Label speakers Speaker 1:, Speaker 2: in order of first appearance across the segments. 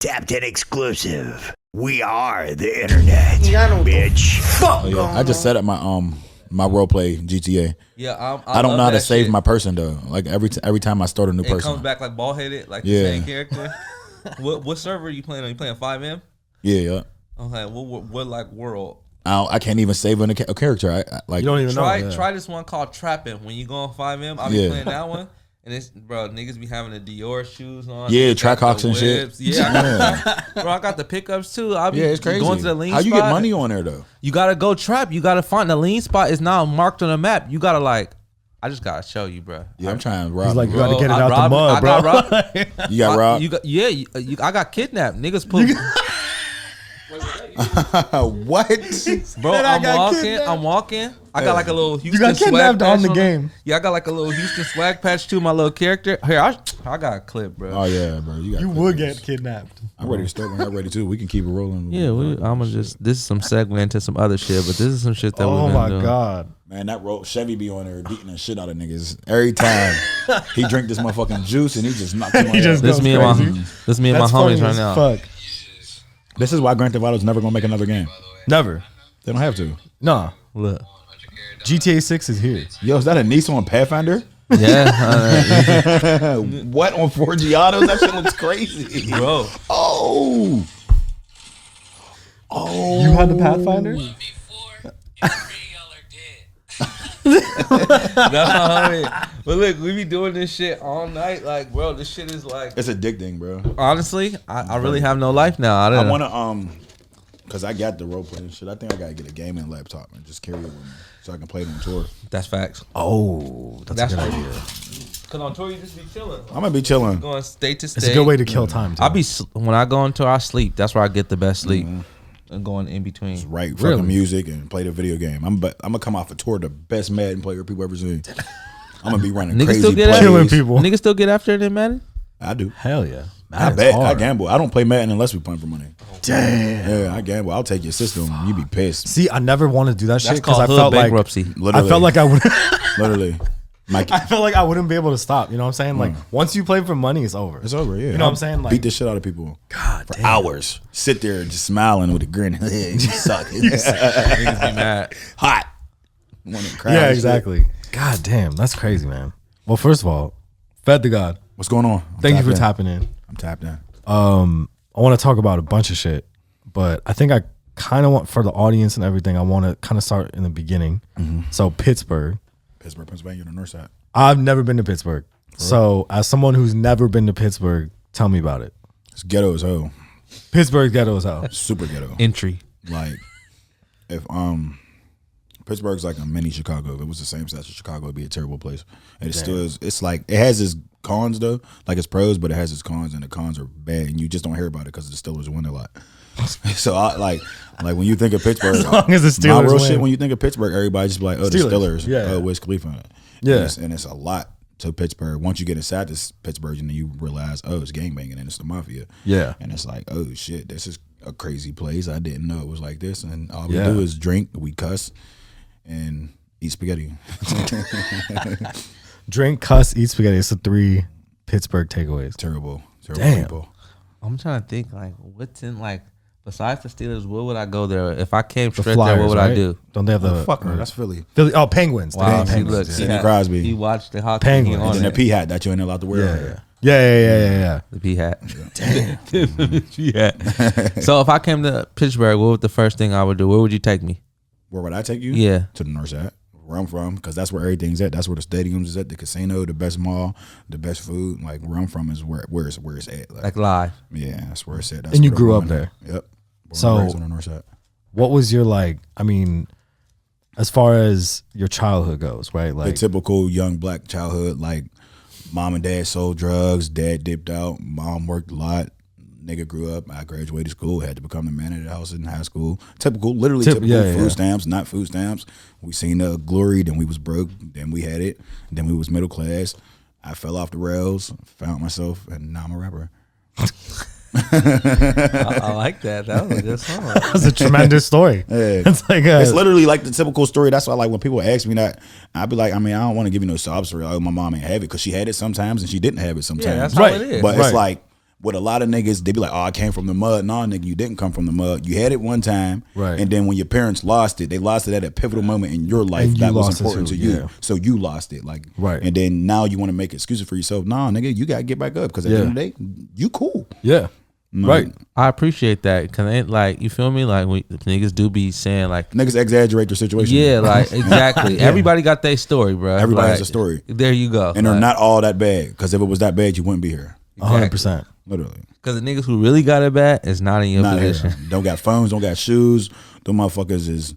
Speaker 1: Tapped in exclusive. We are the internet,
Speaker 2: I know what the
Speaker 1: bitch.
Speaker 2: Fuck
Speaker 3: Oh, yeah.
Speaker 2: going
Speaker 3: I just
Speaker 2: on.
Speaker 3: set up my um my role play GTA.
Speaker 4: Yeah, I'm,
Speaker 3: I, don't
Speaker 4: love
Speaker 3: know how to
Speaker 4: that
Speaker 3: save
Speaker 4: shit.
Speaker 3: my person though. Like every t- every time I start a new
Speaker 4: It
Speaker 3: person,
Speaker 4: comes back like ball headed, like
Speaker 3: Yeah.
Speaker 4: the same character. what what server are you playing on? You playing five M?
Speaker 3: yeah, yeah.
Speaker 4: Okay, what, what what like world?
Speaker 3: I, don't- I can't even save an, a character. I, I like
Speaker 5: You don't even
Speaker 4: Try
Speaker 5: know. yeah.
Speaker 4: try this one called Trapping. When you go on five M, I'll be
Speaker 3: Yeah.
Speaker 4: playing that one. And it's bro, niggas be having the Dior shoes on.
Speaker 3: yeah,
Speaker 4: niggas got
Speaker 3: track hawks
Speaker 4: the
Speaker 3: and shit.
Speaker 4: whips. Yeah, I got- bro, I got the pickups too. I'll be
Speaker 3: yeah, it's crazy.
Speaker 4: going to the lean.
Speaker 3: how you get
Speaker 4: spot.
Speaker 3: money on there though?
Speaker 4: You gotta go trap. You gotta find the lean spot is now marked on the map. You gotta like, I just gotta show you, bro.
Speaker 3: Yeah, I'm trying to rob.
Speaker 5: He's like,
Speaker 3: you.
Speaker 5: you gotta
Speaker 4: Bro,
Speaker 5: get it
Speaker 4: I
Speaker 5: out the
Speaker 4: robbed-
Speaker 5: mud,
Speaker 4: I
Speaker 5: bro.
Speaker 4: got robbed.
Speaker 3: you got robbed.
Speaker 4: You got yeah. You, uh, you, I got kidnapped. Niggas put
Speaker 3: what?
Speaker 4: bro.
Speaker 5: Said I
Speaker 4: I'm
Speaker 5: got
Speaker 4: walking.
Speaker 5: kidnapped.
Speaker 4: I'm walking. I got like a little Houston
Speaker 5: got
Speaker 4: swag
Speaker 5: kidnapped
Speaker 4: patch
Speaker 5: on the
Speaker 4: there.
Speaker 5: game.
Speaker 4: Yeah, I got like a little Houston swag patch too. My little character here. I I got a clip, bro.
Speaker 3: oh yeah, bro. You, got
Speaker 5: You
Speaker 3: clip
Speaker 5: would
Speaker 3: this.
Speaker 5: get kidnapped.
Speaker 3: I'm ready to start when I'm ready too. We can keep it rolling.
Speaker 4: Yeah, we, I'm gonna just. This is some segue into some other shit, but this is some shit that
Speaker 5: Oh
Speaker 4: we've been
Speaker 5: my
Speaker 4: doing.
Speaker 5: god.
Speaker 3: Man, that roll Chevy be on there beating the shit out of niggas every time. he drink this motherfucking juice and he just knocks him
Speaker 5: He just
Speaker 4: This
Speaker 5: goes
Speaker 4: me and my
Speaker 5: crazy.
Speaker 4: this me and my
Speaker 5: That's funny
Speaker 4: homies right
Speaker 5: as
Speaker 4: now.
Speaker 5: Fuck.
Speaker 3: This is why Grand Theft Auto's never gonna make another game.
Speaker 5: Never.
Speaker 3: They don't have to.
Speaker 5: Nah.
Speaker 4: Look,
Speaker 5: GTA 6 is here.
Speaker 3: Yo, is that a Nissan Pathfinder?
Speaker 4: yeah, uh,
Speaker 3: what on four Giottos? That shit looks crazy.
Speaker 4: bro.
Speaker 3: Oh,
Speaker 5: You had the Pathfinder?
Speaker 6: Before every y'all are dead.
Speaker 4: That's how I mean. But look, we be doing this shit all night. Like, bro, this shit is like.
Speaker 3: it's addicting, bro.
Speaker 4: Honestly, I, I really have no life now. I don't.
Speaker 3: I wanna um, cause I got the role playing shit. I think I gotta get a gaming laptop and just carry it with me so I can play it on tour.
Speaker 4: That's facts.
Speaker 1: Oh, that's,
Speaker 4: That's
Speaker 1: a good
Speaker 4: what-
Speaker 1: idea.
Speaker 4: Cause on tour you just be chilling,
Speaker 3: I'm gonna be chilling.
Speaker 4: going state to state.
Speaker 5: It's a good way to kill time.
Speaker 4: I be s- when I go on tour, I sleep. That's where I get the best sleep.
Speaker 5: Mm-hmm.
Speaker 4: And going in between.
Speaker 3: Write fucking
Speaker 5: Really?
Speaker 3: music and play the video game. I'm but I'm gonna come off a tour the best Madden player people ever seen. I'm gonna be running
Speaker 4: Niggas
Speaker 3: crazy
Speaker 4: still get
Speaker 3: plays.
Speaker 4: after
Speaker 5: Killing people.
Speaker 4: Niggas still get after it in Madden.
Speaker 3: I do.
Speaker 5: Hell yeah. That
Speaker 3: I
Speaker 5: is
Speaker 3: bet. I
Speaker 5: hard.
Speaker 3: gamble. I don't play Madden unless we playing for money.
Speaker 5: Damn.
Speaker 3: Yeah, I gamble. I'll take your system. You be pissed.
Speaker 5: See, I never wanted to do that
Speaker 4: That's
Speaker 5: shit because
Speaker 4: called
Speaker 5: I
Speaker 4: hood
Speaker 5: felt
Speaker 4: bankruptcy.
Speaker 5: like I
Speaker 3: Literally.
Speaker 5: felt like I would.
Speaker 3: literally. My,
Speaker 5: I felt like I wouldn't be able to stop. You know what I'm saying? Like
Speaker 4: Hmm.
Speaker 5: once you play for money, it's over.
Speaker 3: it's over.
Speaker 5: You
Speaker 3: Yeah.
Speaker 5: know what I'm saying? Like
Speaker 3: beat the shit out of people. God. For hours. Sit there and just smiling with a grin. you suck.
Speaker 4: Niggas be mad.
Speaker 3: Hot. Wanna cry
Speaker 5: Yeah,
Speaker 3: and shit.
Speaker 5: exactly. God damn, that's crazy, man. Well, first of all, fed the god.
Speaker 3: What's going on? I'm
Speaker 5: Thank you for
Speaker 3: tapped
Speaker 5: tapping in.
Speaker 3: in. I'm tapped in.
Speaker 5: Um, I want to talk about a bunch of shit, but I think I kind of want for the audience and everything. I want to kind of start in the beginning.
Speaker 4: Mm-hmm.
Speaker 5: So Pittsburgh.
Speaker 3: Pittsburgh, Pennsylvania, the north side.
Speaker 5: I've never been to Pittsburgh. So as someone who's never been to Pittsburgh, tell me about it.
Speaker 3: It's ghetto as hell.
Speaker 5: Pittsburgh ghetto is hell.
Speaker 3: Super ghetto.
Speaker 4: Entry.
Speaker 3: like if um Pittsburgh's like a mini Chicago. If it was the same size as Chicago, it'd be a terrible place. And it still is. It's like it has its cons though, like its pros, but it has its cons, and the cons are bad, and you just don't hear about it because the Steelers win a lot. so I like like when you think of Pittsburgh, as
Speaker 5: long as the Steelers win.
Speaker 3: when you think of Pittsburgh, everybody just be like, oh, the
Speaker 5: Steelers,
Speaker 3: Steelers,
Speaker 5: yeah.
Speaker 3: oh, Wiz Khalifa, and
Speaker 5: Yeah.
Speaker 3: it's, and it's a lot to Pittsburgh. Once you get inside this Pittsburgh, and then you realize, oh, it's gangbanging and it's the mafia.
Speaker 5: Yeah.
Speaker 3: And it's like, oh shit, this is a crazy place. I didn't know it was like this. And all we
Speaker 5: Yeah.
Speaker 3: do is drink, we cuss, and eat spaghetti.
Speaker 5: Drink, cuss, eat spaghetti. It's the three Pittsburgh takeaways.
Speaker 3: terrible, terrible
Speaker 5: Damn.
Speaker 3: people.
Speaker 4: I'm trying to think like what's in like besides the Steelers. Where would I go there if I came
Speaker 5: The
Speaker 4: straight there? What would I
Speaker 5: right?
Speaker 4: do?
Speaker 5: Don't they have the
Speaker 3: Fuck no, that's Philly.
Speaker 5: Philly? Oh, Penguins.
Speaker 4: Wow,
Speaker 5: Damn,
Speaker 4: he
Speaker 5: Penguins.
Speaker 4: looked.
Speaker 3: Sidney Crosby.
Speaker 4: He watched the hockey.
Speaker 5: Penguins.
Speaker 4: Penguins. On
Speaker 5: And
Speaker 3: And the
Speaker 4: it.
Speaker 3: P hat that you ain't allowed to wear.
Speaker 5: Yeah, yeah, yeah, yeah, yeah, yeah.
Speaker 4: The P hat. Damn. so if I came to Pittsburgh, what would the first thing I would do? Where would you take me?
Speaker 3: Where would I take you?
Speaker 4: Yeah.
Speaker 3: To the north side, where I'm from, because that's where everything's at. That's where the stadiums is at, the casino, the best mall, the best food. Like where I'm from is where where it's where it's at. Like,
Speaker 4: Like live.
Speaker 3: yeah, that's where it's at. That's
Speaker 5: And you
Speaker 3: where
Speaker 5: grew
Speaker 3: I'm
Speaker 5: up
Speaker 3: going. Yep. Born
Speaker 5: So-
Speaker 3: and raised on the north side.
Speaker 5: What was your like? I mean, as far as your childhood goes, right?
Speaker 3: the
Speaker 5: Like,
Speaker 3: typical young black childhood, like mom and dad sold drugs, dad dipped out, mom worked a lot. Nigga grew up. I graduated school. Had to become the man of the house in high school. Typical, literally
Speaker 5: Typ-
Speaker 3: typical
Speaker 5: yeah, yeah,
Speaker 3: food
Speaker 5: yeah.
Speaker 3: stamps, not food stamps. We seen the glory. Then we was broke. Then we had it. Then we was middle class. I fell off the rails. Found myself, and now I'm a rapper.
Speaker 4: I, I like that. That was a good song.
Speaker 5: that's a tremendous story. It's like a,
Speaker 3: It's literally like the typical story. That's why, like, when people ask me that, I'd be like, I mean, I don't want to give you no sob story. Like, oh, my mom ain't have it because she had it sometimes and she didn't have it sometimes.
Speaker 4: Yeah, that's
Speaker 5: Right.
Speaker 4: how it is.
Speaker 3: But
Speaker 5: Right.
Speaker 3: it's like With a lot of niggas, they be like, "Oh, I came from the mud." Nah, nigga, you didn't come from the mud. You had it one time,
Speaker 5: Right.
Speaker 3: And then when your parents lost it, they lost it at a pivotal moment in your life
Speaker 5: And you
Speaker 3: that was
Speaker 5: lost it
Speaker 3: important
Speaker 5: too,
Speaker 3: to you.
Speaker 5: yeah.
Speaker 3: So you lost it, like,
Speaker 5: Right.
Speaker 3: And then now you want to make excuses for yourself. Nah, nigga, you gotta get back up because at
Speaker 5: Yeah.
Speaker 3: the end of the day, you cool.
Speaker 5: Yeah.
Speaker 3: Mm.
Speaker 5: Right.
Speaker 4: I appreciate that. Cause it, like you feel me? Like we, niggas do be saying like,
Speaker 3: Niggas exaggerate their situation.
Speaker 4: yeah, like exactly. Everybody got their story, bro.
Speaker 3: Everybody
Speaker 4: like,
Speaker 3: has a story.
Speaker 4: There you go.
Speaker 3: and they're not all that bad. Because if it was that bad, you wouldn't be here.
Speaker 5: A hundred percent.
Speaker 3: Literally,
Speaker 4: Because the niggas who really got it bad is not in your
Speaker 3: not
Speaker 4: position.
Speaker 3: here. Don't got phones. Don't got shoes. Them motherfuckers is.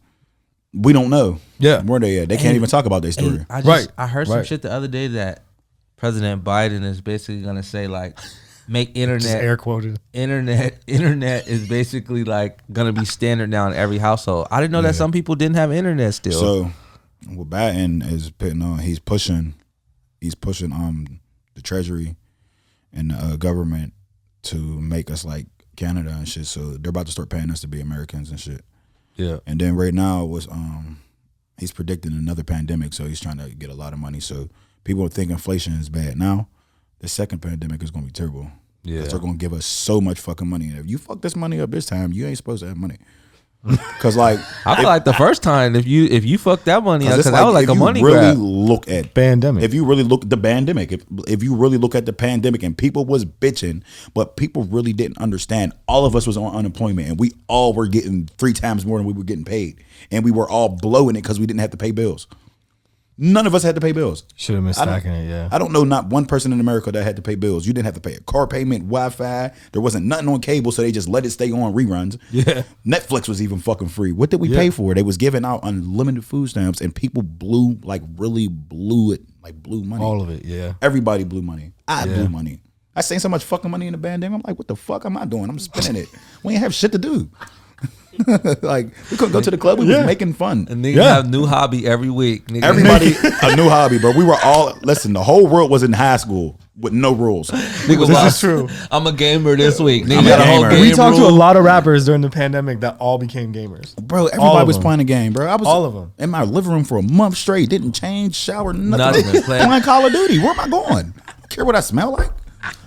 Speaker 3: We don't know.
Speaker 5: Yeah.
Speaker 3: where they at? They can't even talk about their story.
Speaker 4: I just,
Speaker 5: Right.
Speaker 4: I heard some
Speaker 5: Right.
Speaker 4: shit the other day that President Biden is basically gonna say like, make internet
Speaker 5: Air quoted.
Speaker 4: internet internet is basically like gonna be standard now in every household. I didn't know that some people didn't have internet still.
Speaker 3: so, what Biden is putting on, he's pushing, he's pushing um the Treasury and the uh, government to make us like Canada and shit. So they're about to start paying us to be Americans and shit.
Speaker 5: Yeah.
Speaker 3: And then right now was um he's predicting another pandemic, so he's trying to get a lot of money. So people think inflation is bad now. The second pandemic is gonna be terrible. Yeah. They're gonna give us so much fucking money. And if you fuck this money up this time, you ain't supposed to have money. Cause like
Speaker 4: I feel like the first time if you if you fucked that money
Speaker 3: it's
Speaker 4: because that was like
Speaker 3: if
Speaker 4: a
Speaker 3: you
Speaker 4: money
Speaker 3: really
Speaker 4: grab.
Speaker 3: look at
Speaker 5: Pandemic.
Speaker 3: if you really look at the pandemic, if, if you really look at the pandemic and people was bitching, but people really didn't understand. All of us was on unemployment and we all were getting three times more than we were getting paid. And we were all blowing it because we didn't have to pay bills. None of us had to pay bills.
Speaker 5: Should have been
Speaker 3: I don't-
Speaker 5: stacking it. Yeah.
Speaker 3: I don't know not one person in America that had to pay bills. You didn't have to pay a car payment, Wi Fi. There wasn't nothing on cable, so they just let it stay on reruns. Yeah. Netflix was even fucking free. What did we pay for? They was giving out unlimited food stamps and people blew like really blew it, like blew money.
Speaker 5: All of it. Yeah.
Speaker 3: Everybody blew money. I blew money. I seen so much fucking money in the pandemic. I'm like, what the fuck am I doing? I'm spending it. We ain't have shit to do. like we couldn't go to the club. We was making fun.
Speaker 4: And niggas
Speaker 5: Yeah.
Speaker 4: have new hobby every week. Niggas.
Speaker 3: Everybody a new hobby, bro. We were all listen. The whole world was in high school with no rules.
Speaker 4: niggas
Speaker 5: This
Speaker 4: like,
Speaker 5: is true.
Speaker 4: I'm a gamer this week. Nigga
Speaker 3: I'm a
Speaker 4: got a whole
Speaker 3: gamer.
Speaker 4: game
Speaker 5: We talked to
Speaker 4: rule.
Speaker 5: a lot of rappers during the pandemic that all became gamers.
Speaker 3: Bro,
Speaker 5: All
Speaker 3: everybody
Speaker 5: of
Speaker 3: was
Speaker 5: them.
Speaker 3: playing the game, bro. I was
Speaker 5: All of them.
Speaker 3: in my living room for a month straight. Didn't change, shower, nothing.
Speaker 4: Nothing. Playing-
Speaker 3: playing Call of Duty. Where am I going? I don't care what I smell like.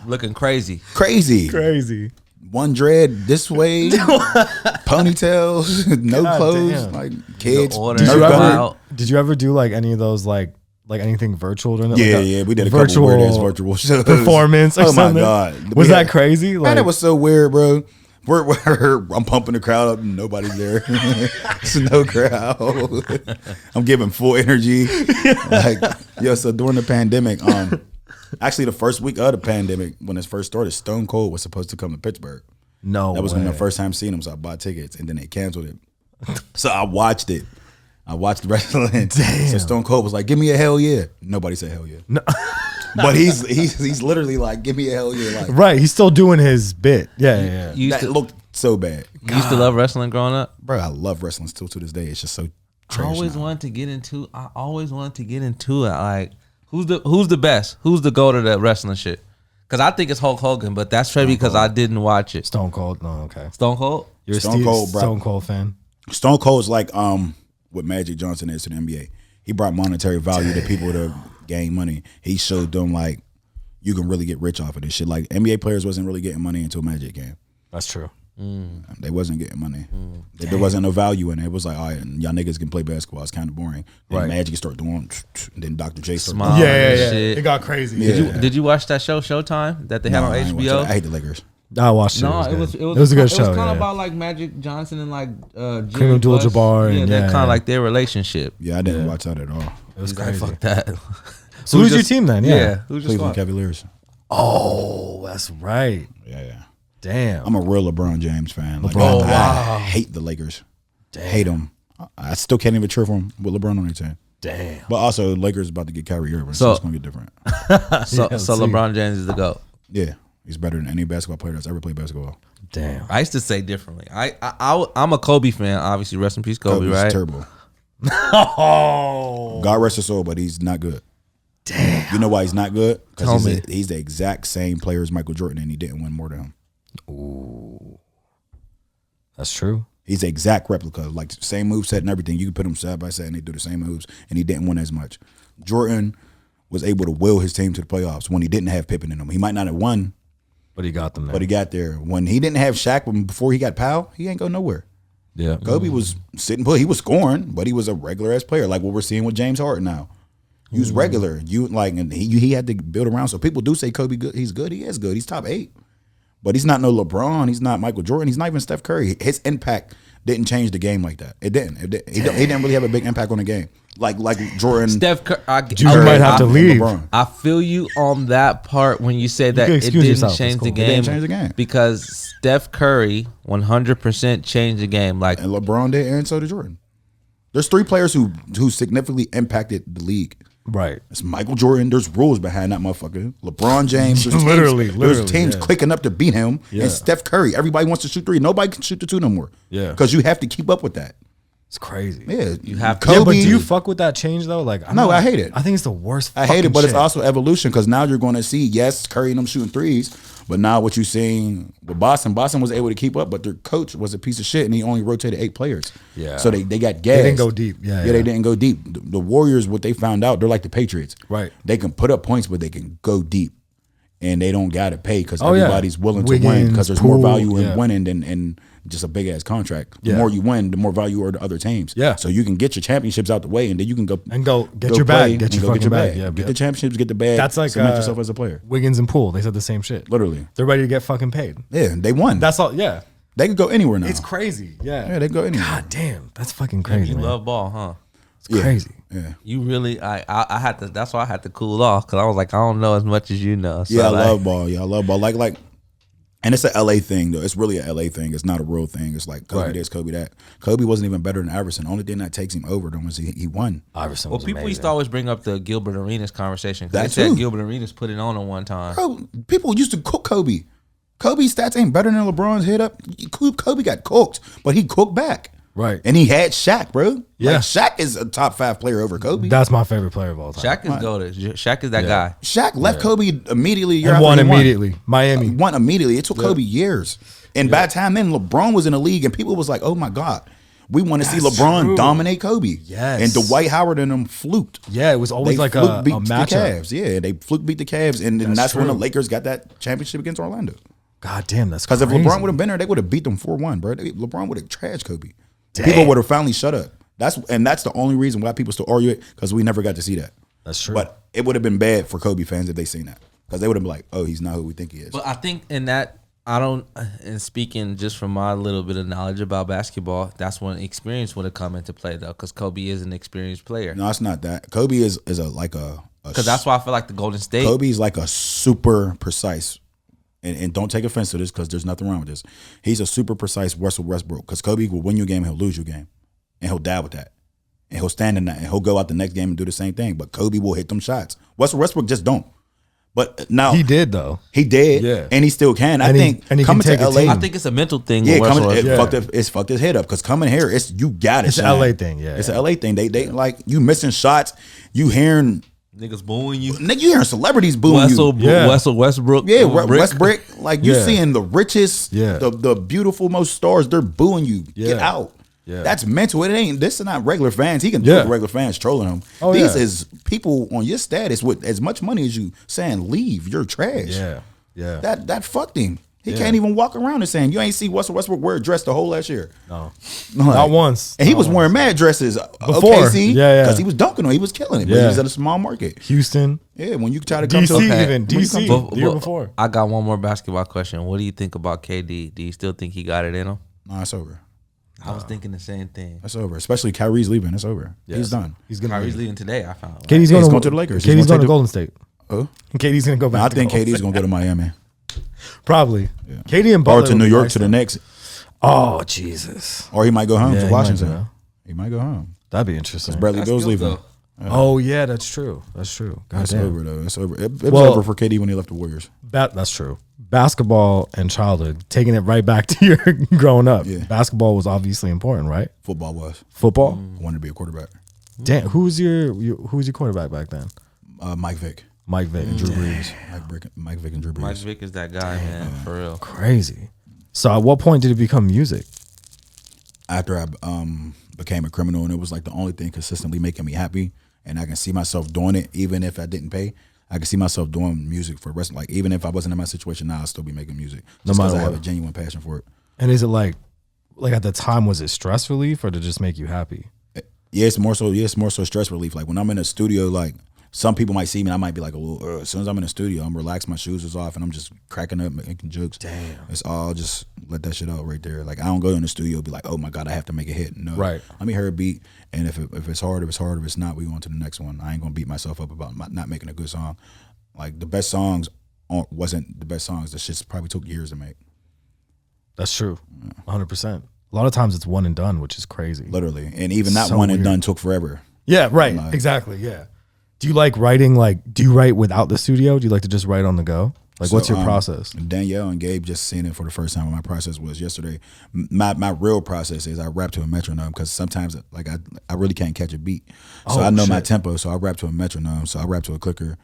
Speaker 4: looking crazy.
Speaker 3: Crazy.
Speaker 5: Crazy.
Speaker 3: One dread this way, ponytails, no
Speaker 5: God
Speaker 3: clothes,
Speaker 5: damn.
Speaker 3: like kids.
Speaker 4: order
Speaker 5: Did
Speaker 3: Nerf
Speaker 5: you
Speaker 4: Nerf
Speaker 5: ever?
Speaker 3: gun.
Speaker 4: out.
Speaker 5: Did you ever do like any of those like like anything virtual? During that?
Speaker 3: Yeah,
Speaker 5: like
Speaker 3: yeah, we did a couple weird ass virtual shows.
Speaker 5: performance. Or
Speaker 3: oh
Speaker 5: something?
Speaker 3: my god,
Speaker 5: Was
Speaker 3: We
Speaker 5: that
Speaker 3: had-
Speaker 5: crazy? Like,
Speaker 3: Man, it was so weird, bro. We're, we're I'm pumping the crowd up, and nobody's there. it's no crowd. I'm giving full energy. Like, yo, so during the pandemic, um, actually the first week of the pandemic, when it first started, Stone Cold was supposed to come to Pittsburgh.
Speaker 5: no.
Speaker 3: That was
Speaker 5: way.
Speaker 3: when the first time seeing him, so I bought tickets, and then they canceled it. So I watched it. I watched wrestling. So Stone Cold was like, "Give me a hell yeah." Nobody said hell yeah. but he's he's he's literally like, "Give me a hell yeah." Like,
Speaker 5: Right. He's still doing his bit. Yeah. Yeah. yeah.
Speaker 4: You used,
Speaker 3: that
Speaker 4: to,
Speaker 3: looked so bad.
Speaker 4: you used to love wrestling growing up.
Speaker 3: Bro, I love wrestling still to this day. It's just so
Speaker 4: I
Speaker 3: trash.
Speaker 4: always
Speaker 3: now.
Speaker 4: wanted to get into. I always wanted to get into it. Like who's the who's the best? Who's the go to that wrestling shit? Because I think it's Hulk Hogan, but that's straight because I didn't watch it.
Speaker 5: Stone Cold. No. Okay.
Speaker 4: Stone Cold.
Speaker 5: You're a
Speaker 3: Stone
Speaker 5: Steve-
Speaker 3: Cold, bro.
Speaker 5: Stone Cold fan.
Speaker 3: Stone Cold's like um what Magic Johnson is to the NBA. He brought monetary value to people to gain money. He showed them like you can really get rich off of this shit. Like NBA players wasn't really getting money until Magic came.
Speaker 5: That's true.
Speaker 3: They wasn't getting money.
Speaker 4: Mm.
Speaker 3: There- There wasn't no value in it. It was like, all right, y'all niggas can play basketball. It's kind of boring. Then
Speaker 5: Right.
Speaker 3: Magic started doing, and then Dr. J started.
Speaker 4: Smile.
Speaker 5: yeah.
Speaker 4: Oh,
Speaker 5: Yeah. yeah.
Speaker 4: shit.
Speaker 5: It got crazy.
Speaker 3: Yeah.
Speaker 4: Did you, did you watch that show Showtime that they had
Speaker 3: I
Speaker 4: on
Speaker 3: ain't watching that. I
Speaker 4: HBO?
Speaker 3: hate the Lakers.
Speaker 5: I watched it.
Speaker 4: No,
Speaker 5: it, was
Speaker 4: it
Speaker 5: good.
Speaker 4: was
Speaker 5: It was a good
Speaker 4: it
Speaker 5: show.
Speaker 4: was kind
Speaker 5: yeah.
Speaker 4: of about like Magic Johnson and like uh,
Speaker 5: Kareem Abdul-Jabbar
Speaker 4: Yeah,
Speaker 5: and-
Speaker 4: that
Speaker 5: yeah,
Speaker 4: kind
Speaker 5: yeah.
Speaker 4: of like their relationship.
Speaker 3: Yeah, I didn't watch that at all.
Speaker 5: It was
Speaker 4: He's like,
Speaker 5: crazy.
Speaker 4: fuck that.
Speaker 5: So who's your team then? Yeah.
Speaker 4: Who's your
Speaker 3: Cleveland
Speaker 4: squad?
Speaker 3: Cavaliers.
Speaker 5: Oh, that's right.
Speaker 3: Yeah, yeah.
Speaker 5: Damn.
Speaker 3: I'm a real LeBron James fan. Like,
Speaker 5: LeBron.
Speaker 3: I, I hate the Lakers. Hate them. I still can't even cheer for him with LeBron on their team.
Speaker 5: Damn.
Speaker 3: But also, Lakers about to get Kyrie Irving, so,
Speaker 4: So-
Speaker 3: it's gonna get different.
Speaker 4: So,
Speaker 5: Yeah,
Speaker 4: so
Speaker 5: see.
Speaker 4: LeBron James is the goat.
Speaker 3: Yeah, he's better than any basketball player that's ever played basketball.
Speaker 5: Damn.
Speaker 4: I used to say differently. I, I, I am a Kobe fan. Obviously, rest in peace, Kobe.
Speaker 3: Kobe's
Speaker 4: right?
Speaker 3: terrible. God rest his soul, but he's not good. Damn. You know why he's not good?
Speaker 5: Tell
Speaker 3: Because he's,
Speaker 5: me.
Speaker 3: the- he's the exact same player as Michael Jordan, and he didn't win more than him.
Speaker 5: That's true.
Speaker 3: He's the exact replica, like same move set and everything. You can put them side by side and they do the same moves, and he didn't win as much. Jordan was able to will his team to the playoffs when he didn't have Pippen in him. He might not have won, but,
Speaker 5: But he got them there.
Speaker 3: But he got there when he didn't have Shaq. When before he got Powell, he ain't go nowhere.
Speaker 5: yeah. Mm-hmm.
Speaker 3: Kobe was sitting put. He was scoring, but he was a regular ass player, like what we're seeing with James Harden now. He
Speaker 5: Mm-hmm.
Speaker 3: was regular. You like, and he he had to build around. So people do say Kobe good. He's good. He is good. He's top eight, but he's not no LeBron. He's not Michael Jordan. He's not even Steph Curry. His impact didn't change the game like that. It didn't. It, didn't- he, don't- he didn't really have a big impact on the game. Like like Jordan.
Speaker 4: Steph Curry. I,
Speaker 5: You
Speaker 4: I-
Speaker 5: might have to
Speaker 4: I-
Speaker 5: leave.
Speaker 3: LeBron.
Speaker 4: I feel you on that part when you say that
Speaker 5: can
Speaker 4: it
Speaker 5: excuse
Speaker 4: didn't
Speaker 5: yourself. It's
Speaker 4: change
Speaker 5: cool.
Speaker 4: the
Speaker 5: It
Speaker 4: game.
Speaker 3: didn't change the game.
Speaker 4: because Steph Curry 100% changed the game. Like
Speaker 3: and LeBron did, and so did Jordan. There's three players who who significantly impacted the league.
Speaker 5: Right.
Speaker 3: It's Michael Jordan. There's rules behind that motherfucker. LeBron James. There's
Speaker 5: Literally,
Speaker 3: teams,
Speaker 5: literally,
Speaker 3: There's teams
Speaker 5: yeah.
Speaker 3: clicking up to beat him.
Speaker 5: Yeah.
Speaker 3: And Steph Curry. Everybody wants to shoot three. Nobody can shoot the two no more.
Speaker 5: Yeah.
Speaker 3: Because you have to keep up with that.
Speaker 5: It's crazy.
Speaker 3: Yeah. You
Speaker 4: have to.
Speaker 3: Kobe,
Speaker 5: Yeah, but do you fuck with that change though? Like, I'm
Speaker 3: No, I hate it.
Speaker 5: I think it's the worst.
Speaker 3: I hate it,
Speaker 5: fucking
Speaker 3: but it's
Speaker 5: shit.
Speaker 3: also evolution because now you're going to see yes, Curry and them shooting threes, but now what you seeing with Boston, Boston was able to keep up, but their coach was a piece of shit and he only rotated eight players.
Speaker 5: Yeah.
Speaker 3: so they they got gas.
Speaker 5: They didn't go deep. Yeah,
Speaker 3: yeah,
Speaker 5: yeah.
Speaker 3: they didn't go deep. The, the Warriors, what they found out, they're like the Patriots.
Speaker 5: Right.
Speaker 3: they can put up points, but they can go deep, and they don't got to pay because
Speaker 5: Oh, yeah.
Speaker 3: everybody's willing to win
Speaker 5: Wiggins,
Speaker 3: because there's
Speaker 5: Poole,
Speaker 3: more value in
Speaker 5: yeah.
Speaker 3: winning than in just a big ass contract. The
Speaker 5: Yeah.
Speaker 3: more you win, the more value you are to other teams.
Speaker 5: Yeah.
Speaker 3: so you can get your championships out the way, and then you can go
Speaker 5: And go get
Speaker 3: Go
Speaker 5: your
Speaker 3: play
Speaker 5: bag. Get
Speaker 3: and
Speaker 5: your
Speaker 3: go
Speaker 5: fucking
Speaker 3: get your
Speaker 5: bag.
Speaker 3: bag.
Speaker 5: Yeah,
Speaker 3: get
Speaker 5: yeah.
Speaker 3: the championships, get the bag.
Speaker 5: That's like,
Speaker 3: cement
Speaker 5: uh,
Speaker 3: yourself as a player.
Speaker 5: Wiggins and Poole. They said the same shit.
Speaker 3: Literally,
Speaker 5: They're ready to get fucking paid.
Speaker 3: yeah, they won.
Speaker 5: That's all. Yeah.
Speaker 3: they could go anywhere now.
Speaker 5: It's crazy. Yeah.
Speaker 3: yeah, they could go anywhere.
Speaker 5: God damn. That's fucking crazy.
Speaker 4: you
Speaker 5: man.
Speaker 4: love ball, huh?
Speaker 5: it's crazy.
Speaker 3: Yeah,
Speaker 4: You really, I, I, I had to. That's why I had to cool off because I was like, I don't know as much as you know. So
Speaker 3: yeah, I
Speaker 4: like,
Speaker 3: love ball. Yeah, I love ball. Like, like, and it's a LA thing though. It's really a LA thing. It's not a real thing. It's like Kobe
Speaker 5: Right.
Speaker 3: this, Kobe that. Kobe wasn't even better than Iverson. Only thing that takes him over them was he, he won.
Speaker 5: Iverson.
Speaker 4: Well,
Speaker 5: was
Speaker 4: people used
Speaker 5: amazing.
Speaker 4: to always bring up the Gilbert Arenas conversation. 'cause
Speaker 3: That
Speaker 4: they
Speaker 3: too.
Speaker 4: said Gilbert Arenas put it on at one time.
Speaker 3: Bro, people used to cook Kobe. Kobe's stats ain't better than LeBron's hit up. Kobe got cooked, but he cooked back.
Speaker 5: Right.
Speaker 3: And he had Shaq, bro.
Speaker 5: Yeah.
Speaker 3: Like Shaq is a top five player over Kobe.
Speaker 5: That's my favorite player of all time.
Speaker 4: Shaq is goaded. Shaq is that guy.
Speaker 3: Shaq left Kobe immediately. Year
Speaker 5: and
Speaker 3: after
Speaker 5: won
Speaker 3: he
Speaker 5: immediately. Miami.
Speaker 3: Won. immediately. It took Kobe years, and by the time then LeBron was in the league, and people was like, "Oh my god, we want to see LeBron dominate Kobe."
Speaker 5: Yes.
Speaker 3: and Dwight Howard and them fluked.
Speaker 5: yeah, it was always like a, a
Speaker 3: beat the
Speaker 5: matchup.
Speaker 3: Cavs. Yeah, they fluke beat the Cavs, and then that's, when the
Speaker 5: true.
Speaker 3: Lakers got that championship against Orlando.
Speaker 5: God damn, that's
Speaker 3: Because
Speaker 5: crazy.
Speaker 3: if LeBron would have been there, they would have beat them four one, bro. They- LeBron would have trashed Kobe. People would have finally shut up. That's and that's the only reason why people still argue it because we never got to see that.
Speaker 5: That's true.
Speaker 3: But it would have been bad for Kobe fans if they seen that because they would have been like, "Oh, he's not who we think he is."
Speaker 4: But I think in that I don't and speaking just from my little bit of knowledge about basketball, that's when experience would have come into play though, because Kobe is an experienced player.
Speaker 3: no, it's not that. Kobe is is a like a
Speaker 4: Because that's why I feel like the Golden State.
Speaker 3: Kobe is like a super precise. And, and don't take offense to this because there's nothing wrong with this. He's a super precise Russell Westbrook because Kobe will win you a game, he'll lose you a game, and he'll die with that, and he'll stand in that, and he'll go out the next game and do the same thing. But Kobe will hit them shots. Russell Westbrook just don't. But now
Speaker 5: he
Speaker 3: he,
Speaker 5: did though.
Speaker 3: did,
Speaker 5: Yeah.
Speaker 3: and he still can. I
Speaker 5: And he-
Speaker 3: think
Speaker 5: and he can
Speaker 3: coming
Speaker 5: take a
Speaker 3: to LA,
Speaker 5: team.
Speaker 4: I think it's a mental thing.
Speaker 3: yeah,
Speaker 4: with
Speaker 3: coming,
Speaker 4: Russell
Speaker 3: it
Speaker 4: Westbrook.
Speaker 3: fucked up, it's fucked his head up because coming here, it's you got it.
Speaker 5: It's a
Speaker 3: son.
Speaker 5: LA thing, yeah,
Speaker 3: It's
Speaker 5: yeah.
Speaker 3: a LA thing. They they like you missing shots, you hearing
Speaker 4: Niggas booing you.
Speaker 3: nigga, you hearing celebrities booing you.
Speaker 4: Wessel,
Speaker 5: Yeah.
Speaker 4: Wessel Westbrook.
Speaker 3: Yeah,
Speaker 4: uh,
Speaker 3: West
Speaker 4: Brick.
Speaker 3: Westbrook. Like you
Speaker 5: Yeah.
Speaker 3: seeing the richest,
Speaker 5: Yeah.
Speaker 3: the, the beautiful most stars, they're booing you. Get
Speaker 5: Yeah.
Speaker 3: out.
Speaker 5: Yeah.
Speaker 3: That's mental. It ain't this is not regular fans. He can
Speaker 5: Yeah.
Speaker 3: do regular fans trolling him.
Speaker 5: Oh,
Speaker 3: These
Speaker 5: yeah.
Speaker 3: is people on your status with as much money as you saying, leave, you're trash.
Speaker 5: Yeah, yeah.
Speaker 3: That that fucked him. He can't even walk around and saying, You ain't see Russell Westbrook wear a dress the whole last year.
Speaker 5: no,
Speaker 3: Like-
Speaker 5: not once.
Speaker 3: And he
Speaker 5: Not
Speaker 3: was
Speaker 5: once.
Speaker 3: wearing mad dresses
Speaker 5: Oh.
Speaker 3: uh,
Speaker 5: Before.
Speaker 3: Okay, see?
Speaker 5: Yeah, yeah.
Speaker 3: Because he was dunking on, it. he was killing it. But he
Speaker 5: Yeah.
Speaker 3: was at a small market.
Speaker 5: Houston,
Speaker 3: Yeah, when you try to come
Speaker 5: DC,
Speaker 3: to a
Speaker 5: even
Speaker 3: when you come
Speaker 5: DC
Speaker 3: to-
Speaker 5: the year before.
Speaker 4: I got one more basketball question. What do you think about KD? Do you still think he got it in him?
Speaker 3: Nah, it's over.
Speaker 4: I was thinking the same thing.
Speaker 3: That's over. Especially Kyrie's leaving. It's over. He's done.
Speaker 5: He's gonna.
Speaker 4: Kyrie's
Speaker 5: Kyrie's
Speaker 4: leaving today. I found.
Speaker 5: Katie's
Speaker 3: Yeah,
Speaker 5: going,
Speaker 3: he's
Speaker 5: to,
Speaker 3: going to the Lakers. He's
Speaker 5: Katie's
Speaker 3: gonna
Speaker 5: going
Speaker 3: take
Speaker 5: to
Speaker 3: the-
Speaker 5: Golden State.
Speaker 3: Oh,
Speaker 5: Katie's gonna go back.
Speaker 3: I
Speaker 5: to
Speaker 3: think
Speaker 5: Golden
Speaker 3: KD's gonna go to Miami
Speaker 5: State. probably. Katie and Butler
Speaker 3: or to
Speaker 5: would
Speaker 3: New
Speaker 5: be
Speaker 3: York
Speaker 5: nice
Speaker 3: to the next,
Speaker 5: Oh Jesus,
Speaker 3: or he might go home
Speaker 5: Yeah, he
Speaker 3: to
Speaker 5: might
Speaker 3: Washington.
Speaker 5: go.
Speaker 3: He might go home.
Speaker 5: that'd be interesting.
Speaker 3: Bradley Bill's leaving.
Speaker 5: Oh yeah, that's true. That's true. God
Speaker 3: It's
Speaker 5: damn.
Speaker 3: over though. It's over. It, it was
Speaker 5: Well-
Speaker 3: over for KD when he left the Warriors.
Speaker 5: Ba- that's true. Basketball and childhood, taking it right back to your growing up.
Speaker 3: Yeah.
Speaker 5: Basketball was obviously important, right?
Speaker 3: Football was
Speaker 5: Football.
Speaker 3: wanted to be a quarterback.
Speaker 5: Damn, who was your, your who was your quarterback back then?
Speaker 3: Uh, Mike Vick,
Speaker 5: Mike Vick.
Speaker 3: Drew Brees, Mike, Vick, Mike Vick and Drew Brees.
Speaker 4: Mike Vick is that guy, man. For real.
Speaker 5: Crazy. So, at what point did it become music?
Speaker 3: After I um, became a criminal, and it was like the only thing consistently making me happy, and I can see myself doing it even if I didn't pay. I could see myself doing music for the rest. Like even if I wasn't in my situation now, I'd still be making music. Just
Speaker 5: matter
Speaker 3: 'cause I have a
Speaker 5: what.
Speaker 3: genuine passion for it.
Speaker 5: And is it like, like at the time, was it stress relief or to just make you happy?
Speaker 3: Yeah, it's more so. Yeah, it's more so stress relief. Like when I'm in a studio, like some people might see me, and I might be like, "Oh, uh, as soon as I'm in the studio, I'm relaxed, my shoes is off, and I'm just cracking up, making jokes." Damn, it's all just let that shit out right there. Like I don't go in the studio and be like, "Oh my god, I have to make a hit." No,
Speaker 5: Right.
Speaker 3: Let me hear a beat, and if it, if it's hard, if it's hard, if it's not, we go on to the next one. I ain't gonna beat myself up about my- not making a good song. Like the best songs aren't- wasn't the best songs. The shit's probably took years to make.
Speaker 5: That's true, hundred percent. A lot of times it's one and done, which is crazy.
Speaker 3: Literally, and even that
Speaker 5: So
Speaker 3: one and
Speaker 5: weird.
Speaker 3: done took forever.
Speaker 5: Yeah, right. Exactly. Yeah. Do you like writing? Like, do you write without the studio? Do you like to just write on the go? Like, what's
Speaker 3: So,
Speaker 5: your
Speaker 3: um,
Speaker 5: process?
Speaker 3: Danielle and Gabe just seen it for the first time. My process was yesterday. M- My my real process is I rap to a metronome because sometimes like I I really can't catch a beat,
Speaker 5: Oh,
Speaker 3: so I know my
Speaker 5: shit.
Speaker 3: tempo. So I rap to a metronome. So I rap to a clicker,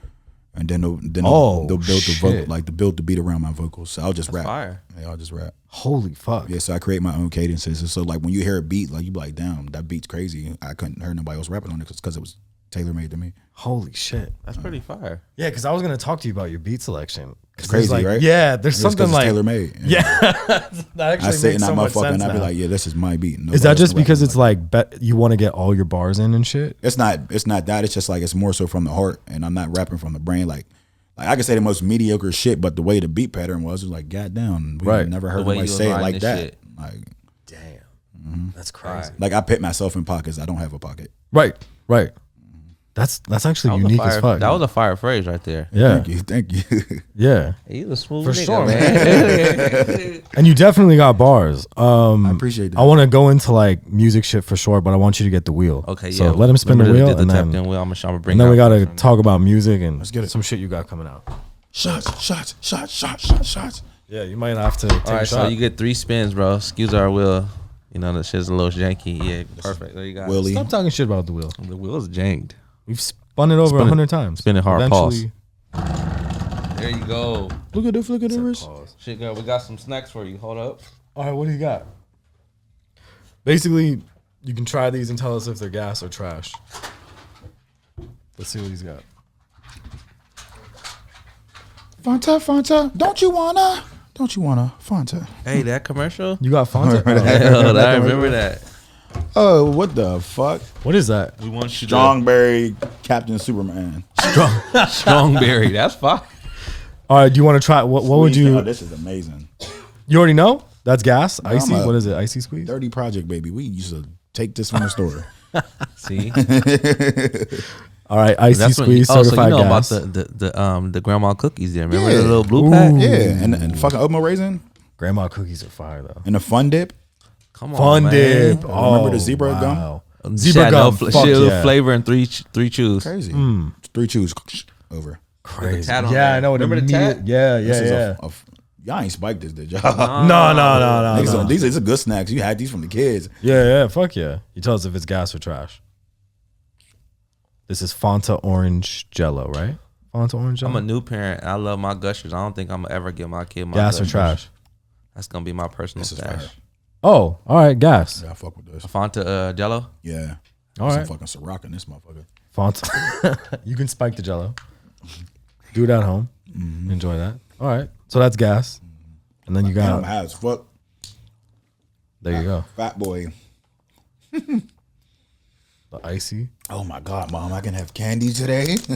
Speaker 3: and then they'll, then
Speaker 5: Oh,
Speaker 3: they'll, they'll build the vocal
Speaker 5: shit.
Speaker 3: like the build the beat around my vocals. So I'll just rap.
Speaker 4: fire.
Speaker 3: Yeah, I'll just rap.
Speaker 5: Holy fuck!
Speaker 3: Yeah, so I create my own cadences. And so like when you hear a beat, like you be like, damn, that beat's crazy. I couldn't hear nobody else rapping on it because it was tailor made to me.
Speaker 5: Holy shit!
Speaker 4: That's pretty fire.
Speaker 5: Yeah, because I was gonna talk to you about your beat selection. 'Cause
Speaker 3: It's crazy,
Speaker 5: there's, like,
Speaker 3: right?
Speaker 5: Yeah, there's something like
Speaker 3: tailor made.
Speaker 5: yeah. that actually
Speaker 3: I sit in
Speaker 5: makes
Speaker 3: that
Speaker 5: so much
Speaker 3: motherfucker
Speaker 5: sense.
Speaker 3: and I be
Speaker 5: now.
Speaker 3: like, yeah, this is my
Speaker 5: is
Speaker 3: beat. Nobody
Speaker 5: that
Speaker 3: else
Speaker 5: just
Speaker 3: rapping
Speaker 5: because
Speaker 3: like
Speaker 5: it's like bet you want to get all your bars in and shit?
Speaker 3: it's not it's not that it's just like it's more so from the heart and i'm not rapping from the brain like like i could say the most mediocre shit but the way the beat pattern was was like goddamn we
Speaker 5: Right.
Speaker 3: never
Speaker 4: The
Speaker 3: heard
Speaker 4: way
Speaker 3: anybody
Speaker 4: you was
Speaker 3: say it
Speaker 4: writing
Speaker 3: like
Speaker 4: this
Speaker 3: that
Speaker 4: shit.
Speaker 3: like
Speaker 5: Damn,
Speaker 3: Mm-hmm.
Speaker 5: that's crazy.
Speaker 3: like i pit myself in pockets i don't have a pocket
Speaker 5: Right, right. That's that's actually
Speaker 4: That was,
Speaker 5: unique
Speaker 4: a fire,
Speaker 5: as fuck.
Speaker 4: that was a fire phrase right there.
Speaker 5: yeah,
Speaker 3: thank you thank you
Speaker 5: yeah.
Speaker 4: You a smooth
Speaker 5: For
Speaker 4: nigga,
Speaker 5: sure,
Speaker 4: man.
Speaker 5: And you definitely got bars. Um,
Speaker 3: i appreciate that
Speaker 5: I want to go into like music shit for sure, but I want you to get the wheel.
Speaker 4: okay,
Speaker 5: so
Speaker 4: yeah.
Speaker 5: let him spin the
Speaker 4: Remember
Speaker 5: wheel,
Speaker 4: did
Speaker 5: and,
Speaker 4: the tapped
Speaker 5: then,
Speaker 4: in wheel. I'm gonna, I'm gonna bring.
Speaker 5: and then
Speaker 4: it
Speaker 5: we
Speaker 4: out.
Speaker 5: gotta talk about music and
Speaker 3: Let's get it.
Speaker 5: some shit you got coming out.
Speaker 3: shots shots shots shots shots shots
Speaker 5: Yeah, you might have to take
Speaker 4: All
Speaker 5: a
Speaker 4: right,
Speaker 5: shot.
Speaker 4: so you get three spins, bro. Excuse our wheel. You know, the shit's a little janky. Yeah, perfect. There you go.
Speaker 3: willie
Speaker 5: Stop talking shit about the wheel.
Speaker 4: The wheel's janked.
Speaker 5: We've spun it over
Speaker 4: Spin
Speaker 5: a
Speaker 4: it-
Speaker 5: hundred times.
Speaker 4: spin it hard,
Speaker 5: Eventually-
Speaker 4: There you go.
Speaker 3: look at this look at the wrist
Speaker 4: Shit, girl, we got some snacks for you. Hold up.
Speaker 5: All right, what do you got? Basically, you can try these and tell us if they're gas or trash. Let's see what he's got.
Speaker 3: fanta fanta don't you wanna don't you wanna fanta
Speaker 4: Hey, that commercial.
Speaker 5: You got Fanta. Oh,
Speaker 4: Hell, I remember that.
Speaker 3: oh what the fuck
Speaker 5: what is that?
Speaker 4: We want you strong,
Speaker 3: strongberry captain superman
Speaker 4: strong berry. That's fine.
Speaker 5: All right, do you want to try? What, what would
Speaker 3: Oh,
Speaker 5: you?
Speaker 3: this is amazing
Speaker 5: You already know that's gas. Icy.
Speaker 3: a-
Speaker 5: What is it? Icy squeeze.
Speaker 3: dirty project baby we used to take this from the store
Speaker 4: See,
Speaker 5: All right, icy
Speaker 4: that's when.
Speaker 5: squeeze.
Speaker 4: oh, so
Speaker 5: certified
Speaker 4: you know
Speaker 5: gas.
Speaker 4: about the, the the um the grandma cookies there. Remember the
Speaker 3: Yeah.
Speaker 4: little blue pack?
Speaker 3: Yeah, and, and fucking oatmeal raisin
Speaker 5: Grandma cookies are fire though.
Speaker 3: and a fun dip.
Speaker 4: Come on,
Speaker 5: Fun
Speaker 4: man.
Speaker 5: dip. Oh,
Speaker 3: Remember the zebra gum?
Speaker 5: gum? Zebra
Speaker 4: Shit,
Speaker 5: gum.
Speaker 4: No, Um, fl-
Speaker 5: fuck
Speaker 4: shit, little
Speaker 5: yeah.
Speaker 4: flavor and three ch- three chews.
Speaker 3: Crazy. Three chews over.
Speaker 5: Crazy.
Speaker 4: tat on
Speaker 5: yeah,
Speaker 4: there.
Speaker 5: I know.
Speaker 4: Remember the
Speaker 5: immediate-
Speaker 4: tat?
Speaker 5: Yeah, yeah,
Speaker 3: This is a-
Speaker 5: yeah.
Speaker 3: a f- y'all ain't spiked this, did y'all?
Speaker 5: no, no,
Speaker 4: Oh.
Speaker 5: no, no.
Speaker 3: Niggas
Speaker 5: no.
Speaker 3: on- these, these are good snacks. You had these from the kids.
Speaker 5: Yeah, yeah, fuck yeah. You tell us if it's gas or trash. This is Fanta Orange Jello, right? Fanta Orange Jello.
Speaker 4: I'm a new parent. and I love my gushers. I don't think I'm gonna ever give my kid my
Speaker 5: gas or
Speaker 4: gushers.
Speaker 5: trash?
Speaker 4: That's gonna be my personal
Speaker 3: This is
Speaker 4: stash.
Speaker 3: fire.
Speaker 5: Oh, all right, gas.
Speaker 3: Yeah, I fuck with this.
Speaker 4: Fanta uh, Jello.
Speaker 3: Yeah.
Speaker 5: All
Speaker 3: Some
Speaker 5: right,
Speaker 3: fucking Ciroc in this motherfucker.
Speaker 5: Fanta. you can spike the Jello. Do it at home. Enjoy that. All right, so that's gas, and then you
Speaker 3: Damn,
Speaker 5: got
Speaker 3: high as fuck.
Speaker 5: there you go
Speaker 3: Fat boy.
Speaker 5: the icy.
Speaker 3: Oh my God, mom, I can have candy today.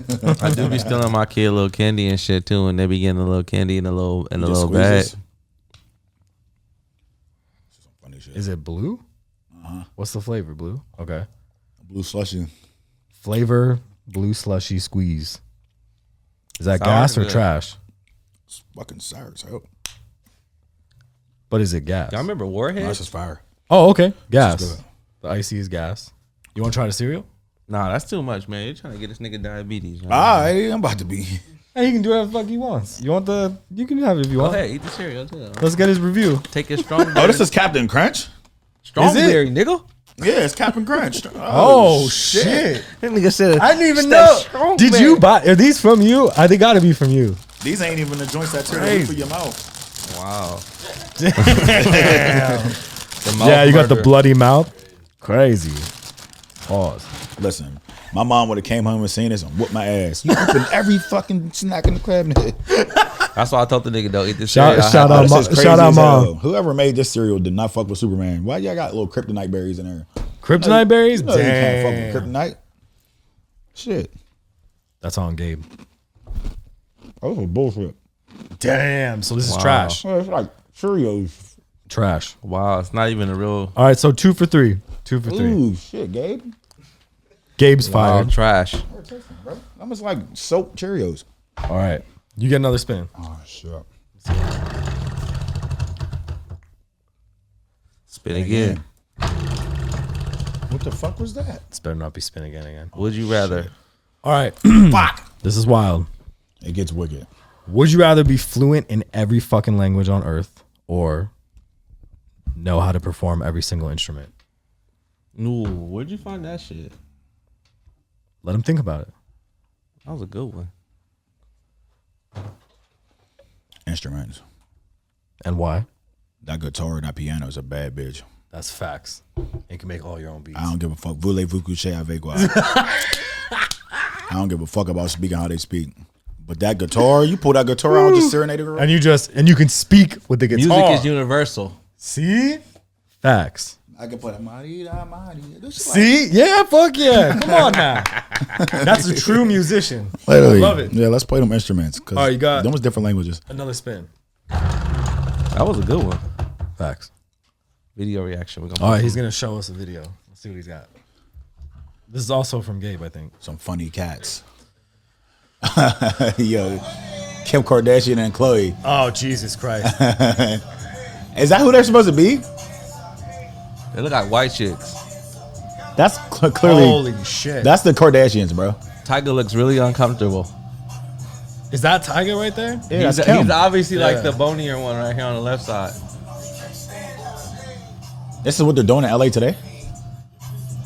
Speaker 4: I do be stealing my kid little candy and shit too, and they be getting a little candy in a little in a
Speaker 3: Just
Speaker 4: little
Speaker 3: squeeze
Speaker 4: bag.
Speaker 3: this. This is some funny shit.
Speaker 5: Is it blue? What's the flavor? Blue. Okay.
Speaker 3: Blue slushy.
Speaker 5: Flavor blue slushy squeeze. Is that
Speaker 4: Sour
Speaker 5: gas
Speaker 4: or
Speaker 5: or
Speaker 4: good?
Speaker 5: trash?
Speaker 3: It's fucking sour as hell.
Speaker 5: But is it gas?
Speaker 4: Y'all remember
Speaker 3: No,
Speaker 4: Warhead?
Speaker 3: That's just fire.
Speaker 5: Oh, okay. Gas.
Speaker 3: good.
Speaker 5: The icy is gas. You want to try the cereal?
Speaker 4: Nah, that's too much, man. You're trying to get this nigga diabetes. Man.
Speaker 5: Ah.
Speaker 3: All right, I'm about to be.
Speaker 5: Hey, he can do whatever the fuck he wants. You want the? You can have it if you want.
Speaker 4: Hey, eat the cereal too.
Speaker 5: Let's get his review.
Speaker 4: Take your strong.
Speaker 3: Oh, this is Captain Crunch?
Speaker 4: strong
Speaker 5: Is it?
Speaker 4: berry, nigga.
Speaker 3: Yeah, it's Captain Crunch.
Speaker 5: Oh, shit.
Speaker 4: That nigga said.
Speaker 5: I didn't even
Speaker 4: It's that
Speaker 5: know.
Speaker 4: strong
Speaker 5: Did
Speaker 4: berry.
Speaker 5: you buy? Are these from you? I they gotta be from you.
Speaker 3: These ain't even the joints that turn
Speaker 5: Crazy.
Speaker 3: for your mouth.
Speaker 4: Wow.
Speaker 5: Oh, yeah, you got the bloody mouth. Crazy. Pause.
Speaker 3: Listen, My mom would have came home and seen this and whooped my ass. You opened every fucking snack in the cabinet.
Speaker 4: That's why I told the nigga don't eat this.
Speaker 5: Shout-
Speaker 4: cereal. I
Speaker 5: shout
Speaker 4: had-
Speaker 5: out
Speaker 3: This
Speaker 5: Mo-
Speaker 3: is crazy
Speaker 5: shout out
Speaker 3: as hell.
Speaker 5: Mom.
Speaker 3: Whoever made this cereal did not fuck with Superman. Why y'all got little kryptonite berries in there?
Speaker 5: Kryptonite berries?
Speaker 3: You know you can't fuck
Speaker 5: Damn.
Speaker 3: with kryptonite. Shit.
Speaker 5: That's on Gabe.
Speaker 3: Those are bullshit.
Speaker 5: Damn. So this is trash.
Speaker 3: Well, It's like Cheerios.
Speaker 5: Trash.
Speaker 4: Wow, it's not even a real.
Speaker 5: All right. So two for three. Two for three.
Speaker 3: Ooh, shit, Gabe.
Speaker 5: Gabe's
Speaker 4: Wow,
Speaker 5: fired.
Speaker 4: trash.
Speaker 3: I'm just like soap Cheerios.
Speaker 5: All right. You get another spin.
Speaker 3: Oh, shit.
Speaker 4: Spin again.
Speaker 3: What the fuck was that?
Speaker 5: This better not be spin again again.
Speaker 4: Would you rather?
Speaker 5: All right.
Speaker 3: Fuck.
Speaker 5: this is wild.
Speaker 3: It gets wicked.
Speaker 5: Would you rather be fluent in every fucking language on earth or know how to perform every single instrument?
Speaker 4: No, where'd you find that shit?
Speaker 5: Let him think about it.
Speaker 4: That was a good one.
Speaker 3: Instruments.
Speaker 5: And why?
Speaker 3: That guitar and that piano is a bad bitch.
Speaker 5: That's facts. You can make all your own beats.
Speaker 3: I don't give a fuck. Voulez-vous coucher avec moi? I don't give a fuck about speaking how they speak. But that guitar, you pull that guitar out, just serenade it around.
Speaker 5: And you just and you can speak with the guitar.
Speaker 4: Music is universal.
Speaker 5: See? Facts.
Speaker 3: I can put a marida, marida. This shit
Speaker 5: See? Yeah, fuck yeah. Come on now. That's a true musician.
Speaker 3: Literally.
Speaker 5: Love it.
Speaker 3: Yeah, let's play them instruments. Cause
Speaker 5: All right, you got-
Speaker 3: them was different languages.
Speaker 5: Another spin.
Speaker 4: That was a good one.
Speaker 5: Facts.
Speaker 4: Video reaction. We're gonna.
Speaker 3: Uh.
Speaker 5: All right, Uh, he's gonna show us a video. Let's see what he's got. This is also from Gabe, I think.
Speaker 3: Some funny cats. Yo, Kim Kardashian and Chloe.
Speaker 5: Oh Jesus Christ.
Speaker 3: Is that who they're supposed to be?
Speaker 4: They look like white chicks.
Speaker 3: That's cl- clearly.
Speaker 5: Holy shit.
Speaker 3: That's the Kardashians, bro.
Speaker 4: Tiger looks really uncomfortable.
Speaker 5: Is that Tiger right there?
Speaker 3: Yeah,
Speaker 4: he's,
Speaker 3: that's Kim.
Speaker 4: he's obviously
Speaker 5: Yeah.
Speaker 4: like the bonier one right here on the left side.
Speaker 3: this is what they're doing in LA today.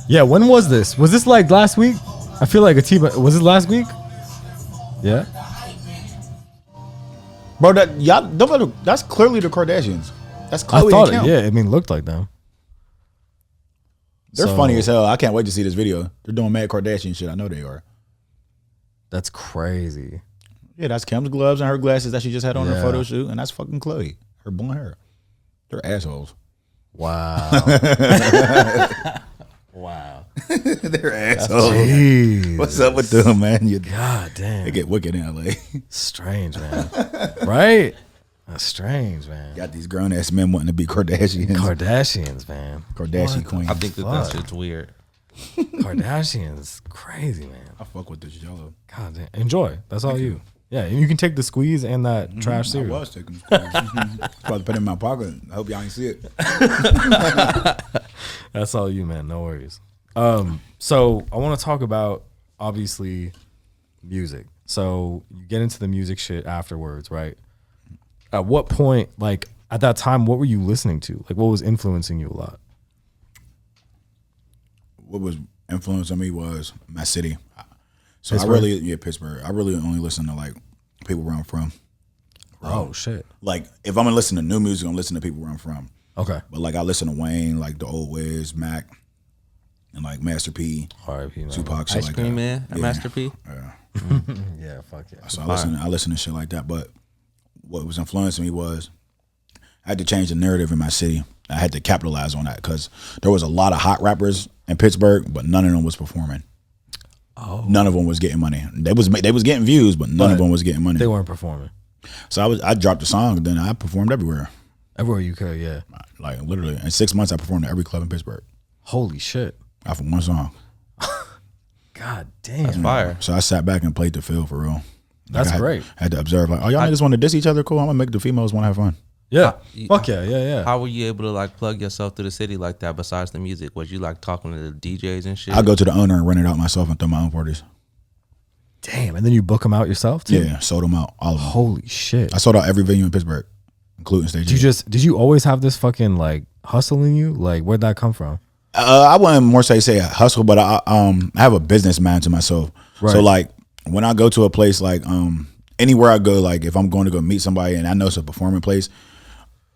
Speaker 5: Yeah, when was this? Was this like last week? I feel like Atiba. Was it last week? Yeah.
Speaker 3: Bro, that y'all, them are the- that's clearly the Kardashians. That's Chloe
Speaker 5: I thought
Speaker 3: and
Speaker 5: it.
Speaker 3: Kim.
Speaker 5: Yeah, I mean, looked like them.
Speaker 3: They're
Speaker 5: So-
Speaker 3: funny as hell. I can't wait to see this video. They're doing mad Kardashian shit. I know they are.
Speaker 5: That's crazy.
Speaker 3: Yeah, that's Kim's gloves and her glasses that she just had on her
Speaker 5: Yeah.
Speaker 3: photo shoot, and that's fucking Chloe. Her blonde hair. They're assholes.
Speaker 5: Wow. wow.
Speaker 3: They're assholes.
Speaker 5: Jeez.
Speaker 3: What's up with them, man? You, they
Speaker 5: God damn.
Speaker 3: get wicked in LA.
Speaker 5: Strange, man. right? That's strange, man.
Speaker 3: Got these grown ass men wanting to be Kardashians.
Speaker 5: Kardashians, man.
Speaker 3: Kardashian queen.
Speaker 4: I think that that
Speaker 5: Fuck.
Speaker 4: shit's weird.
Speaker 5: Kardashians, crazy, man.
Speaker 3: I fuck with this yellow.
Speaker 5: God damn. Enjoy. That's all you. Yeah, and you can take the squeeze and that trash
Speaker 3: Mm-hmm. I
Speaker 5: cereal.
Speaker 3: was taking this About to put it in my pocket. I hope y'all ain't see it.
Speaker 5: That's all you, man. No worries. Um, so I want to talk about obviously music. So you get into the music shit afterwards, right? At what point, like at that time, what were you listening to? Like, what was influencing you a lot?
Speaker 3: what was influencing me was my city. So
Speaker 5: Pittsburgh?
Speaker 3: I really yeah Pittsburgh. I really only listen to like people where I'm from.
Speaker 5: Oh shit.
Speaker 3: Like if I'm gonna listen to new music, I'm listening to people where I'm from.
Speaker 5: Okay.
Speaker 3: But like I listen to Wayne, like the old Wiz, Mac, and like Master P,
Speaker 5: R.I.P. man.
Speaker 3: Tupac, shit
Speaker 4: Ice
Speaker 3: like
Speaker 4: cream
Speaker 3: that.
Speaker 4: man, and
Speaker 3: Yeah.
Speaker 4: Master P.
Speaker 5: Yeah. Fuck yeah.
Speaker 3: So I listen, I listen to shit like that. But what was influencing me was I had to change the narrative in my city. I had to capitalize on that because there was a lot of hot rappers in Pittsburgh, but none of them was performing. Oh. None of them was getting money. They was ma- they was getting views, but none of them was getting money.
Speaker 5: They weren't performing
Speaker 3: so I was I dropped a song, then I performed everywhere,
Speaker 5: everywhere you could. Yeah.
Speaker 3: like literally in six months I performed at every club in Pittsburgh
Speaker 5: Holy shit.
Speaker 3: off of one song.
Speaker 5: God damn.
Speaker 4: Fire.
Speaker 3: So I sat back and played the field for real. Like,
Speaker 5: That's
Speaker 3: I had-
Speaker 5: great.
Speaker 3: I had to observe like, oh y'all niggas want to diss each other? Cool, I'm gonna make the females want to have fun.
Speaker 5: Yeah. Fuck yeah. Yeah. Yeah.
Speaker 4: How were you able to like plug yourself through the city like that? Besides the music, was you like talking to the DJs and shit?
Speaker 3: I go to the owner and rent it out myself and throw my own parties.
Speaker 5: Damn. And then you book them out yourself too.
Speaker 3: Yeah, sold them out. All of them.
Speaker 5: Holy shit.
Speaker 3: I sold out every venue in Pittsburgh, including stage.
Speaker 5: Did you
Speaker 3: eight.
Speaker 5: just did you always have this fucking like hustling you? Like where'd that come from?
Speaker 3: uh, I wouldn't more say say hustle, but I um I have a business mind to myself.
Speaker 5: Right.
Speaker 3: So like when I go to a place like um anywhere I go, like if I'm going to go meet somebody and I know it's a performing place,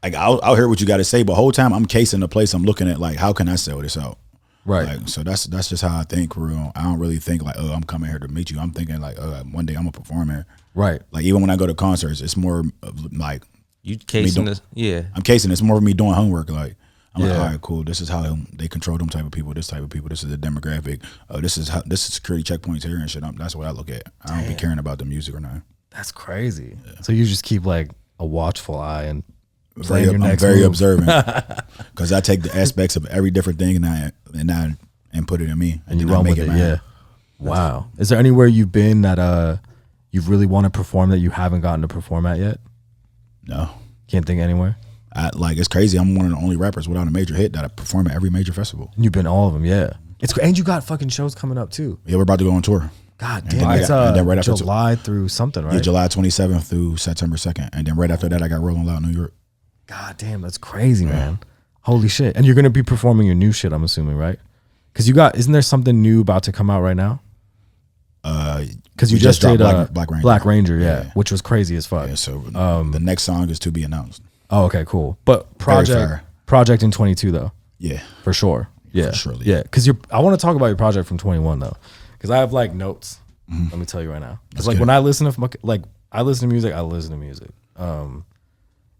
Speaker 3: like I'll, I'll hear what you got to say, but whole time I'm casing the place. I'm looking at like how can I sell this out.
Speaker 5: Right.
Speaker 3: Like, so that's that's just how I think. For real, I don't really think like, oh, I'm coming here to meet you. I'm thinking like, oh, one day I'm gonna perform here.
Speaker 5: Right.
Speaker 3: Like even when I go to concerts, it's more of like
Speaker 4: You casing
Speaker 3: don't-
Speaker 4: this? Yeah.
Speaker 3: I'm casing. It's more of me doing homework. Like I'm like,
Speaker 5: Yeah.
Speaker 3: all right, cool. This is how they control them type of people. This type of people. This is the demographic. Oh, this is how this is security checkpoints here and shit. i that's what I look at. I don't be caring about the music or not.
Speaker 5: That's crazy. So you just keep like a watchful eye and
Speaker 3: Very,
Speaker 5: your
Speaker 3: I'm
Speaker 5: next
Speaker 3: very
Speaker 5: move.
Speaker 3: observant because I take the aspects of every different thing and I and I and put it in me
Speaker 5: and you
Speaker 3: then I
Speaker 5: run with
Speaker 3: make
Speaker 5: it.
Speaker 3: my
Speaker 5: Yeah.
Speaker 3: own.
Speaker 5: Wow. Is there anywhere you've been that uh you really want to perform that you haven't gotten to perform at yet?
Speaker 3: No.
Speaker 5: Can't think anywhere.
Speaker 3: I, like it's crazy. I'm one of the only rappers without a major hit that I perform at every major festival.
Speaker 5: You've been all of them. Yeah. It's cra- and you got fucking shows coming up too.
Speaker 3: Yeah, we're about to go on tour.
Speaker 5: God
Speaker 3: then
Speaker 5: damn,
Speaker 3: I
Speaker 5: it's
Speaker 3: got- and
Speaker 5: uh,
Speaker 3: then right after to-
Speaker 5: July through something, right?
Speaker 3: Yeah, July 27th through September 2nd, and then right after that, I got Rolling Loud New York.
Speaker 5: God damn, that's crazy, man. Holy shit! And you're gonna be performing your new shit, I'm assuming, right? Because you got isn't there something new about to come out right now?
Speaker 3: Uh,
Speaker 5: Because you
Speaker 3: We
Speaker 5: just,
Speaker 3: just
Speaker 5: did
Speaker 3: dropped
Speaker 5: uh,
Speaker 3: Black- Black Ranger.
Speaker 5: Black Ranger, Um, yeah,
Speaker 3: Yeah.
Speaker 5: which was crazy as fuck.
Speaker 3: yeah, so the next song is to be announced.
Speaker 5: Oh, okay, cool. But project
Speaker 3: fire.
Speaker 5: project in 22 though.
Speaker 3: Yeah,
Speaker 5: for sure. Yeah,
Speaker 3: surely.
Speaker 5: Yeah, because you're. I want to talk about your project from 21 though, because I have like notes. Let me tell you right now. It's like
Speaker 3: get
Speaker 5: when I listen to fuck- like I listen to music, I listen to music. Um,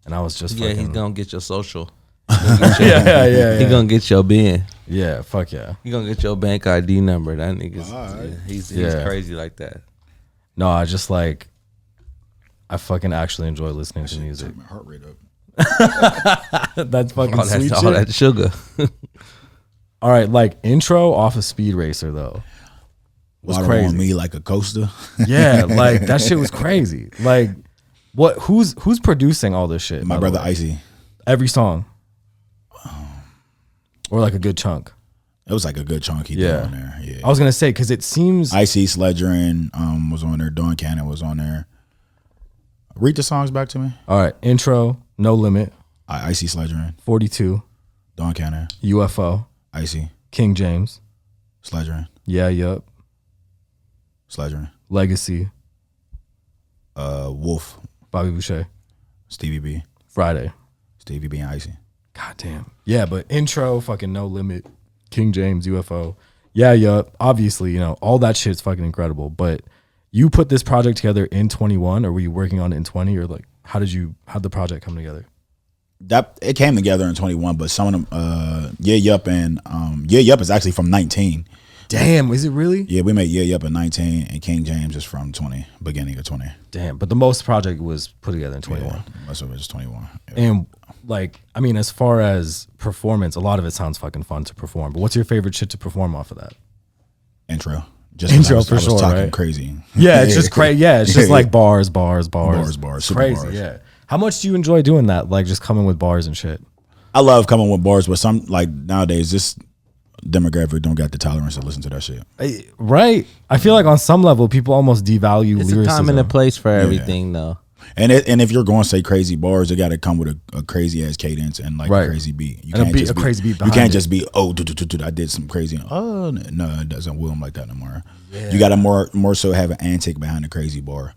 Speaker 5: and I was just
Speaker 4: Yeah,
Speaker 5: fucking,
Speaker 4: he's gonna get your social.
Speaker 5: yeah, yeah, yeah,
Speaker 4: He
Speaker 5: yeah.
Speaker 4: gonna get your bin.
Speaker 5: yeah. Fuck yeah.
Speaker 4: He gonna get your bank ID number. That nigga's yeah, he's, he's
Speaker 5: Yeah.
Speaker 4: crazy like that.
Speaker 5: No, I just like. I fucking actually enjoy listening to music.
Speaker 3: my heart rate up.
Speaker 5: That's fucking
Speaker 4: All
Speaker 5: sweet
Speaker 4: that, all
Speaker 5: shit.
Speaker 4: that sugar.
Speaker 5: all right, like intro off of Speed Racer though.
Speaker 3: Was
Speaker 5: crazy.
Speaker 3: on me like a coaster.
Speaker 5: Yeah, like that shit was crazy. Like, what? Who's who's producing all this shit? by
Speaker 3: my
Speaker 5: the
Speaker 3: brother
Speaker 5: way?
Speaker 3: Icy.
Speaker 5: every song, or like a good chunk.
Speaker 3: It was like a good chunk he
Speaker 5: Yeah.
Speaker 3: did on there. Yeah,
Speaker 5: I was gonna say because it seems
Speaker 3: Icy Sledgerin um was on there. Don Cannon was on there. Read the songs back to me.
Speaker 5: all right. Intro, no limit,
Speaker 3: I Icy Sledgerin,
Speaker 5: forty two,
Speaker 3: Don Cannon,
Speaker 5: UFO,
Speaker 3: Icy
Speaker 5: King James,
Speaker 3: Sledgerin,
Speaker 5: yeah, yup,
Speaker 3: Sledgerin,
Speaker 5: Legacy,
Speaker 3: uh, Wolf,
Speaker 5: Bobby Boucher,
Speaker 3: Stevie B,
Speaker 5: Friday.
Speaker 3: Stevie B and Icy.
Speaker 5: God damn. Yeah, but intro, fucking no limit, King James, UFO, yeah, yup. Obviously, you know all that shit's fucking incredible. But you put this project together in twenty one, or were you working on it in twenty, or like how did you how would the project come together?
Speaker 3: that it came together in 21 but some of them uh yeah yup and um yeah yup is actually from 19
Speaker 5: Damn, is it really?
Speaker 3: yeah we made yeah yup in 19 and king james is from 20 beginning of 20
Speaker 5: Damn, but the most project was put together in twenty one.
Speaker 3: yeah that's what it was 21 Yeah.
Speaker 5: And like, I mean, as far as performance, a lot of it sounds fucking fun to perform. But what's your favorite shit to perform off of that?
Speaker 3: intro just
Speaker 5: Intro
Speaker 3: I was,
Speaker 5: for
Speaker 3: I was
Speaker 5: sure,
Speaker 3: talking
Speaker 5: right?
Speaker 3: crazy
Speaker 5: Yeah, it's just crazy. Yeah, it's just like bars, bars, bars,
Speaker 3: Bars, bars,
Speaker 5: It's
Speaker 3: super
Speaker 5: crazy.
Speaker 3: bars.
Speaker 5: Yeah. How much do you enjoy doing that? Like just coming with bars and shit.
Speaker 3: i love coming with bars but some like nowadays this demographic don't got the tolerance to listen to that shit
Speaker 5: I- Right. I feel like on some level, people almost devalue
Speaker 4: It's a
Speaker 5: lyricism.
Speaker 4: time and a place for everything, though.
Speaker 3: and it, and if you're going to say crazy bars, it got to come with a, a crazy ass cadence and like
Speaker 5: Right.
Speaker 3: a crazy beat. You
Speaker 5: And a beat- a crazy beat
Speaker 3: You
Speaker 5: behind
Speaker 3: can't
Speaker 5: it.
Speaker 3: just be oh, do, do, do, do, I did some crazy. Oh no, it doesn't wheel 'em like that no more. You got to more more so have an antic behind a crazy bar.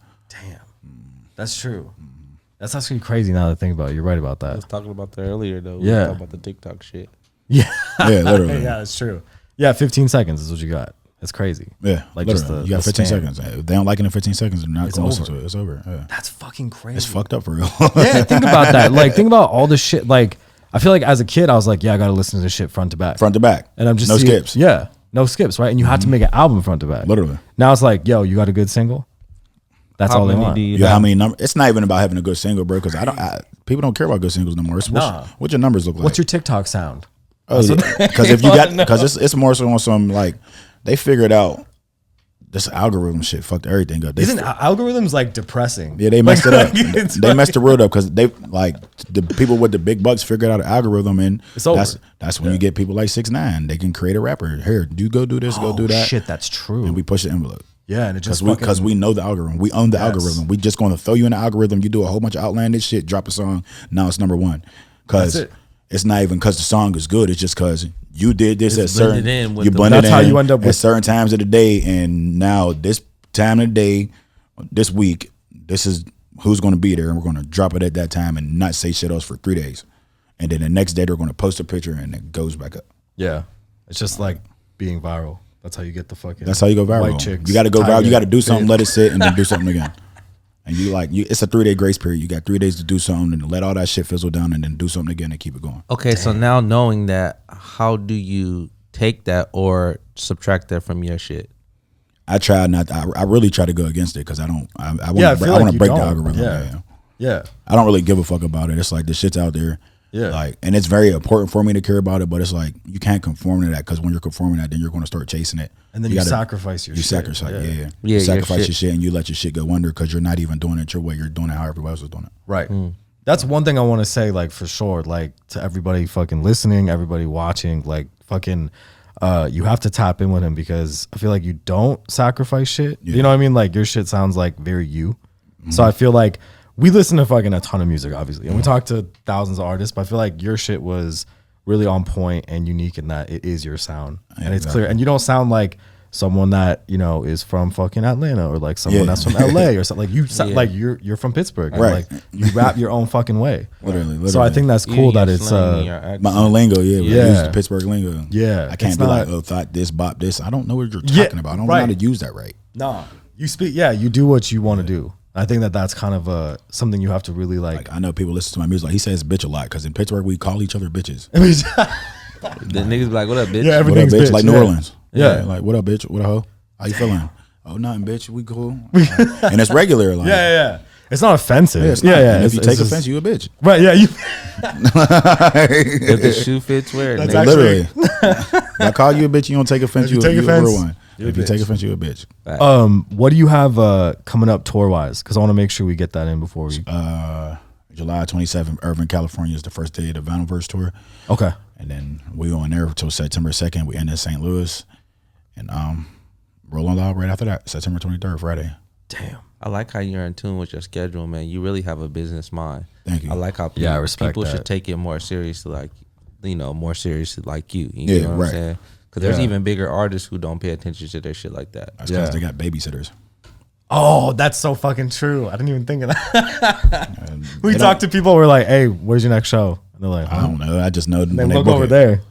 Speaker 5: That's true. Mm-hmm. That's actually crazy now to think about. it. You're right about that.
Speaker 4: Talking about that earlier, though.
Speaker 5: were Yeah. talking
Speaker 4: about the TikTok shit.
Speaker 5: Yeah.
Speaker 3: Yeah, literally.
Speaker 5: yeah, it's true. Yeah, 15 seconds is what you got. That's crazy.
Speaker 3: Yeah,
Speaker 5: Like
Speaker 3: like
Speaker 5: just the-
Speaker 3: you got
Speaker 5: the span.
Speaker 3: 15 seconds. If they don't like it in 15 seconds, they're not
Speaker 5: It's
Speaker 3: going to listen
Speaker 5: over.
Speaker 3: to it. It's over. Yeah.
Speaker 5: That's fucking crazy.
Speaker 3: It's fucked up for real.
Speaker 5: Yeah, think about that. Like, think about all the shit. Like, I feel like as a kid, I was like, yeah, I gotta listen to this shit front to back.
Speaker 3: Front to back,
Speaker 5: and I'm just
Speaker 3: no
Speaker 5: seeing-
Speaker 3: skips. Mm-hmm.
Speaker 5: Yeah, no skips, right? And you had to make an album front to back.
Speaker 3: Literally.
Speaker 5: Now it's like, yo, you got a good single. That's all they want.
Speaker 4: you
Speaker 3: You know how many numbers? It's not even about having a good single, bro. Because I don't. I, people don't care about good singles no more. It's what's-
Speaker 5: Nah.
Speaker 3: What your numbers look like?
Speaker 5: What's your TikTok sound? Oh,
Speaker 3: because if you got because it's, it's more so on some like they figured out this algorithm shit fucked everything up. They,
Speaker 5: Isn't al- algorithms like depressing?
Speaker 3: yeah, they messed
Speaker 5: Like,
Speaker 3: it up.
Speaker 5: it's
Speaker 3: They
Speaker 5: like-
Speaker 3: messed the road up because they like the people with the big bucks figured out an algorithm, and
Speaker 5: It's over.
Speaker 3: that's that's when you get people like six nine. They can create a rapper. Here, you go do this,
Speaker 5: Oh,
Speaker 3: go do that,
Speaker 5: Shit, that's true.
Speaker 3: and we push the envelope.
Speaker 5: yeah, and it just
Speaker 3: Cause we, cause
Speaker 5: fucking-
Speaker 3: we know the algorithm. We own the
Speaker 5: Yes.
Speaker 3: algorithm. We just gonna throw you in the algorithm. You do a whole bunch of outlandish shit. Drop a song. Now it's number one. Cause
Speaker 5: That's it.
Speaker 3: it's not even cause the song is good. It's just cause you did this at certain.
Speaker 4: blended in with
Speaker 3: you
Speaker 4: the-
Speaker 3: blend
Speaker 5: That's
Speaker 3: it
Speaker 5: how
Speaker 3: in
Speaker 5: you end up
Speaker 3: at
Speaker 5: with-
Speaker 3: certain times of the day. And now this time of the day, this week, this is who's gonna be there, and we're gonna drop it at that time and not say shit else for three days. And then the next day they're gonna post a picture and it goes back up.
Speaker 5: yeah, It's just like being viral. That's how you get the fucking.
Speaker 3: That's how you go viral.
Speaker 5: White chicks,
Speaker 3: you got to go viral.
Speaker 5: tiger,
Speaker 3: You got to do something,
Speaker 5: bitch.
Speaker 3: let it sit, and then do something again. And you like you, it's a three day grace period. You got three days to do something, and let all that shit fizzle down, and then do something again and keep it going.
Speaker 4: Okay, so now knowing that, how do you take that or subtract that from your shit?
Speaker 3: I try not. I, I really try to go against it because I don't. I, I want.
Speaker 5: Yeah, I
Speaker 3: to
Speaker 5: feel
Speaker 3: I want
Speaker 5: like
Speaker 3: to
Speaker 5: you
Speaker 3: break the
Speaker 5: don't.
Speaker 3: algorithm.
Speaker 5: Yeah.
Speaker 3: yeah.
Speaker 5: Yeah.
Speaker 3: I don't really give a fuck about it. It's like the shit's out there.
Speaker 5: Yeah.
Speaker 3: Like, and it's very important for me to care about it, but it's like you can't conform to that because when you're conforming to that, then you're going to start chasing it.
Speaker 5: And then you,
Speaker 3: gotta-
Speaker 5: sacrifice your
Speaker 3: You
Speaker 5: shit.
Speaker 3: sacrifice, yeah, yeah.
Speaker 4: Yeah,
Speaker 3: you
Speaker 4: your
Speaker 3: sacrifice your
Speaker 4: shit.
Speaker 3: shit. and you let your shit go under because you're not even doing it your way. You're doing it how everybody else is doing it.
Speaker 5: Right. That's one thing I want to say, like for sure, like to everybody fucking listening, everybody watching, like fucking, uh, you have to tap in with him because I feel like you don't sacrifice shit. You know what I mean? Like your shit sounds like very you. So I feel like we listen to fucking a ton of music, obviously, and we talk to thousands of artists. But I feel like your shit was really on point and unique in that it is your sound and it's clear. And you don't sound like someone that you know is from fucking Atlanta or like someone
Speaker 3: Yeah.
Speaker 5: that's from LA or something. Like you, sound like you're you're from Pittsburgh, and,
Speaker 3: Right.
Speaker 5: Like you rap your own fucking way.
Speaker 3: Literally, literally.
Speaker 5: So I think that's cool that it's uh
Speaker 3: my own lingo. Yeah, we
Speaker 5: Yeah.
Speaker 3: use the Pittsburgh lingo.
Speaker 5: Yeah,
Speaker 3: I can't
Speaker 5: it's
Speaker 3: be
Speaker 5: not-
Speaker 3: like, oh, thought this, bop this. I don't know what you're talking
Speaker 5: Yeah,
Speaker 3: about. I don't
Speaker 5: right.
Speaker 3: know how to use that right.
Speaker 5: nah. You speak, yeah. You do what you want to do. I think that that's kind of uh something you have to really like.
Speaker 3: Like, I know people listen to my music. Like, he says bitch a lot because in Pittsburgh we call each other bitches.
Speaker 5: I mean,
Speaker 4: The niggas be like, "What up, bitch?"
Speaker 5: yeah,
Speaker 3: What up,
Speaker 5: everything's
Speaker 3: bitch? Like New
Speaker 5: yeah.
Speaker 3: Orleans.
Speaker 5: Yeah.
Speaker 3: Like, what up, bitch? What a hoe? How you feeling? Oh, nothing, bitch. We cool. and it's regular. Like,
Speaker 5: Yeah, yeah, yeah. It's not offensive.
Speaker 3: Yeah, it's not.
Speaker 5: yeah, yeah.
Speaker 3: And
Speaker 5: it's-
Speaker 3: if you
Speaker 5: it's
Speaker 3: take
Speaker 5: just-
Speaker 3: offense, you a bitch.
Speaker 5: right? Yeah, you.
Speaker 4: If the shoe fits, wear it.
Speaker 5: That's
Speaker 4: nigga.
Speaker 5: actually-
Speaker 3: Literally. if I call you a bitch, you don't take offense. You,
Speaker 5: you
Speaker 3: a-
Speaker 5: take
Speaker 3: you, a real
Speaker 5: offense,
Speaker 3: one. If you take offense, you a bitch.
Speaker 5: Um, what do you have uh coming up tour wise? Because I want to make sure we get that in before we.
Speaker 3: Uh, July 27th, Irvine, California is the first day of the Vinyl tour.
Speaker 5: Okay.
Speaker 3: And then we on there till September 2nd. We end in St. Louis. And um, Rolling Loud right after that, September 23rd, Friday.
Speaker 5: Damn.
Speaker 4: I like how you're in tune with your schedule, man. You really have a business mind.
Speaker 3: Thank you.
Speaker 4: I like how people,
Speaker 5: Yeah, I respect
Speaker 4: people
Speaker 5: that.
Speaker 4: should take it more seriously, like you know, more seriously, like you. you
Speaker 3: Yeah,
Speaker 4: know what
Speaker 3: right.
Speaker 4: I'm saying? Because there's
Speaker 5: Yeah.
Speaker 4: even bigger artists who don't pay attention to their shit like that.
Speaker 3: That's
Speaker 5: Yeah.
Speaker 3: because they got babysitters.
Speaker 5: Oh, that's so fucking true. I didn't even think of that. we
Speaker 3: They
Speaker 5: talk to people, we're like, hey, where's your next show? And they're like,
Speaker 3: I
Speaker 5: huh?
Speaker 3: don't know. I just know.
Speaker 5: they look over there.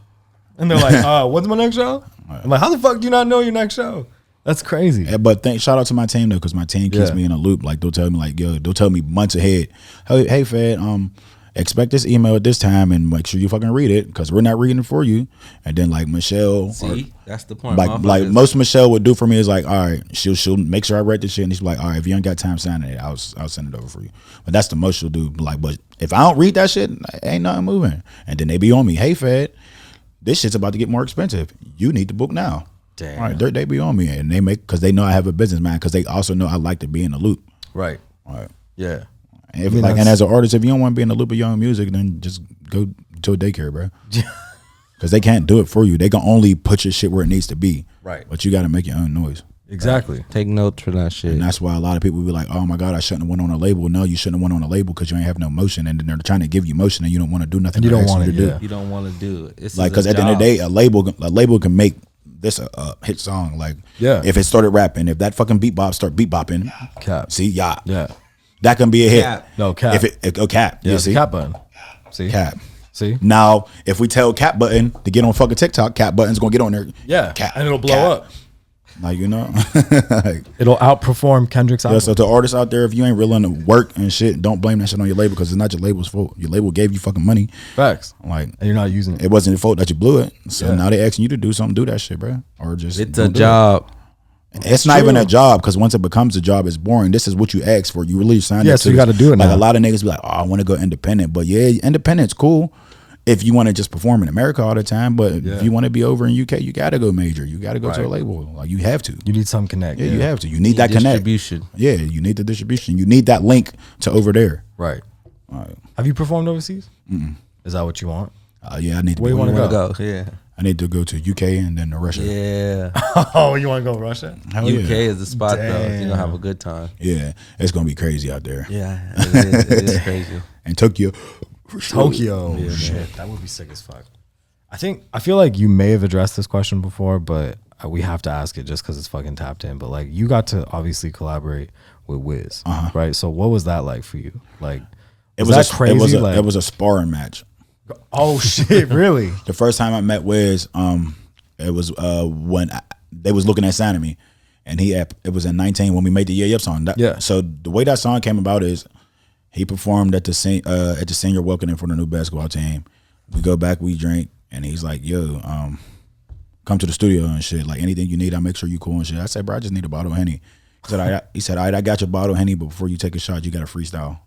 Speaker 5: And they're like, uh, when's my next show? I'm like, how the fuck do you not know your next show? That's crazy.
Speaker 3: Yeah, But thank, shout out to my team though, because my team keeps
Speaker 5: Yeah.
Speaker 3: me in a loop. Like they'll tell me, like yo, they'll tell me months ahead. Hey, hey, Fed, um, expect this email at this time, and make sure you fucking read it, because we're not reading it for you. And then like Michelle, or-
Speaker 4: See, that's the point.
Speaker 3: like like
Speaker 4: motherfuckers.
Speaker 3: most Michelle would do for me is like, all right, she'll she'll make sure I write this shit, and she's like, all right, if you ain't got time signing it, I'll s- I'll send it over for you. But that's the most she'll do. Like, but if I don't read that shit, ain't nothing moving. And then they be on me, hey Fed, this shit's about to get more expensive. You need to book now. Damn. All right, they, they be on me, and they make because they know I have a business mind, because they also know I like to be in the loop.
Speaker 5: Right.
Speaker 3: All right.
Speaker 5: Yeah.
Speaker 3: And, if,
Speaker 5: mean,
Speaker 3: like, and
Speaker 5: that's-
Speaker 3: as an artist, if you don't want to be in the loop of your own music, then just go to a daycare, bro. Because they can't do it for you. They can only put your shit where it needs to be.
Speaker 5: Right.
Speaker 3: But you got to make your own noise.
Speaker 5: Exactly.
Speaker 4: take notes for that shit.
Speaker 3: And that's why a lot of people be like, oh my God, I shouldn't have went on a label. No, you shouldn't have went on a label because you ain't have no motion. And then they're trying to give you motion and you don't want to do nothing.
Speaker 5: And you
Speaker 3: they're
Speaker 5: don't
Speaker 3: asking
Speaker 5: want it,
Speaker 3: to
Speaker 5: yeah.
Speaker 4: you don't want to do it. This
Speaker 3: Like,
Speaker 4: is
Speaker 3: because
Speaker 4: a
Speaker 3: at the end of
Speaker 4: job.
Speaker 3: the day, a label, a label can make this a, a hit song. Like,
Speaker 5: Yeah.
Speaker 3: if it started rapping, if that fucking beat bop start beat bopping,
Speaker 5: Cap.
Speaker 3: see, yeah,
Speaker 5: Yeah.
Speaker 3: that can be a hit.
Speaker 4: Cap.
Speaker 5: No, cap.
Speaker 3: If it, if, oh, cap.
Speaker 5: Yeah.
Speaker 3: you
Speaker 5: it's a
Speaker 3: see?
Speaker 5: cap button. See?
Speaker 3: Cap.
Speaker 5: See?
Speaker 3: Now, if we tell Cat Button to get on fucking TikTok, Cat Button's gonna get on there.
Speaker 5: Yeah.
Speaker 3: Cat,
Speaker 5: and it'll blow
Speaker 3: Cat.
Speaker 5: up.
Speaker 3: Like you know, Like,
Speaker 5: It'll outperform Kendrick's
Speaker 3: yeah,
Speaker 5: album.
Speaker 3: so to artists out there, if you ain't willing to work and shit, don't blame that shit on your label because it's not your label's fault. Your label gave you fucking money.
Speaker 5: Facts.
Speaker 3: Like
Speaker 5: And you're not using it.
Speaker 3: it wasn't your fault that you blew it. So
Speaker 5: Yeah.
Speaker 3: now they asking you to do something, do that shit, bro, or just
Speaker 4: it's a
Speaker 3: don't do it.
Speaker 4: job.
Speaker 3: It's not even a job because once it becomes a job, it's boring. This is what you asked for. You really signed
Speaker 5: Yeah,
Speaker 3: up
Speaker 5: so you
Speaker 3: this.
Speaker 5: gotta do it
Speaker 3: Like
Speaker 5: now.
Speaker 3: a lot of niggas be like, "Oh, I want to go independent," but yeah, independent's cool if you want to just perform in America all the time. But if you want to be over in UK, you gotta go major. You gotta go to a label. Like you have to.
Speaker 5: You need some connect.
Speaker 3: yeah, you have to. You need that connect.
Speaker 4: distribution.
Speaker 3: Yeah, you need the distribution. You need that link to over there.
Speaker 5: Right. Have you performed overseas? Is that what you want?
Speaker 3: Uh, yeah, I need to.
Speaker 5: Where
Speaker 3: be-
Speaker 5: you want to go?
Speaker 4: Go. Yeah.
Speaker 3: I need to go to UK and then to Russia. Yeah.
Speaker 4: Yeah.
Speaker 5: Oh, you want to go to Russia?
Speaker 3: Hell
Speaker 4: UK
Speaker 3: yeah.
Speaker 4: is the spot though. You're gonna have a good time.
Speaker 3: Yeah, it's gonna be crazy out there.
Speaker 4: Yeah. It is, it is crazy.
Speaker 3: And Tokyo. for sure.
Speaker 5: Tokyo. Shit, that would be sick as fuck. I think I feel like you may have addressed this question before, but uh, we have to ask it just because it's fucking tapped in. But like, you got to obviously collaborate with Wiz, right? So, what was that like for you? Like,
Speaker 3: Uh-huh. It
Speaker 5: was,
Speaker 3: was,
Speaker 5: that
Speaker 3: a,
Speaker 5: crazy?
Speaker 3: It was a,
Speaker 5: like,
Speaker 3: it was a sparring match.
Speaker 5: oh shit, really?
Speaker 3: the first time I met Wiz, um, It was uh when I, they was looking at signing me, and he ap- it was in nineteen when we made the Yeah Yep song. That-
Speaker 5: Yeah.
Speaker 3: So the way that song came about is he performed at the sen- uh at the senior welcoming for the new basketball team. We go back, we drink, and he's like, "Yo, um, come to the studio and shit. Like anything you need, I make sure you cool and shit." I said, "Bro, I just need a bottle of henny." He said, "I." He said, "All right, I got your bottle of henny, but before you take a shot, you got to freestyle."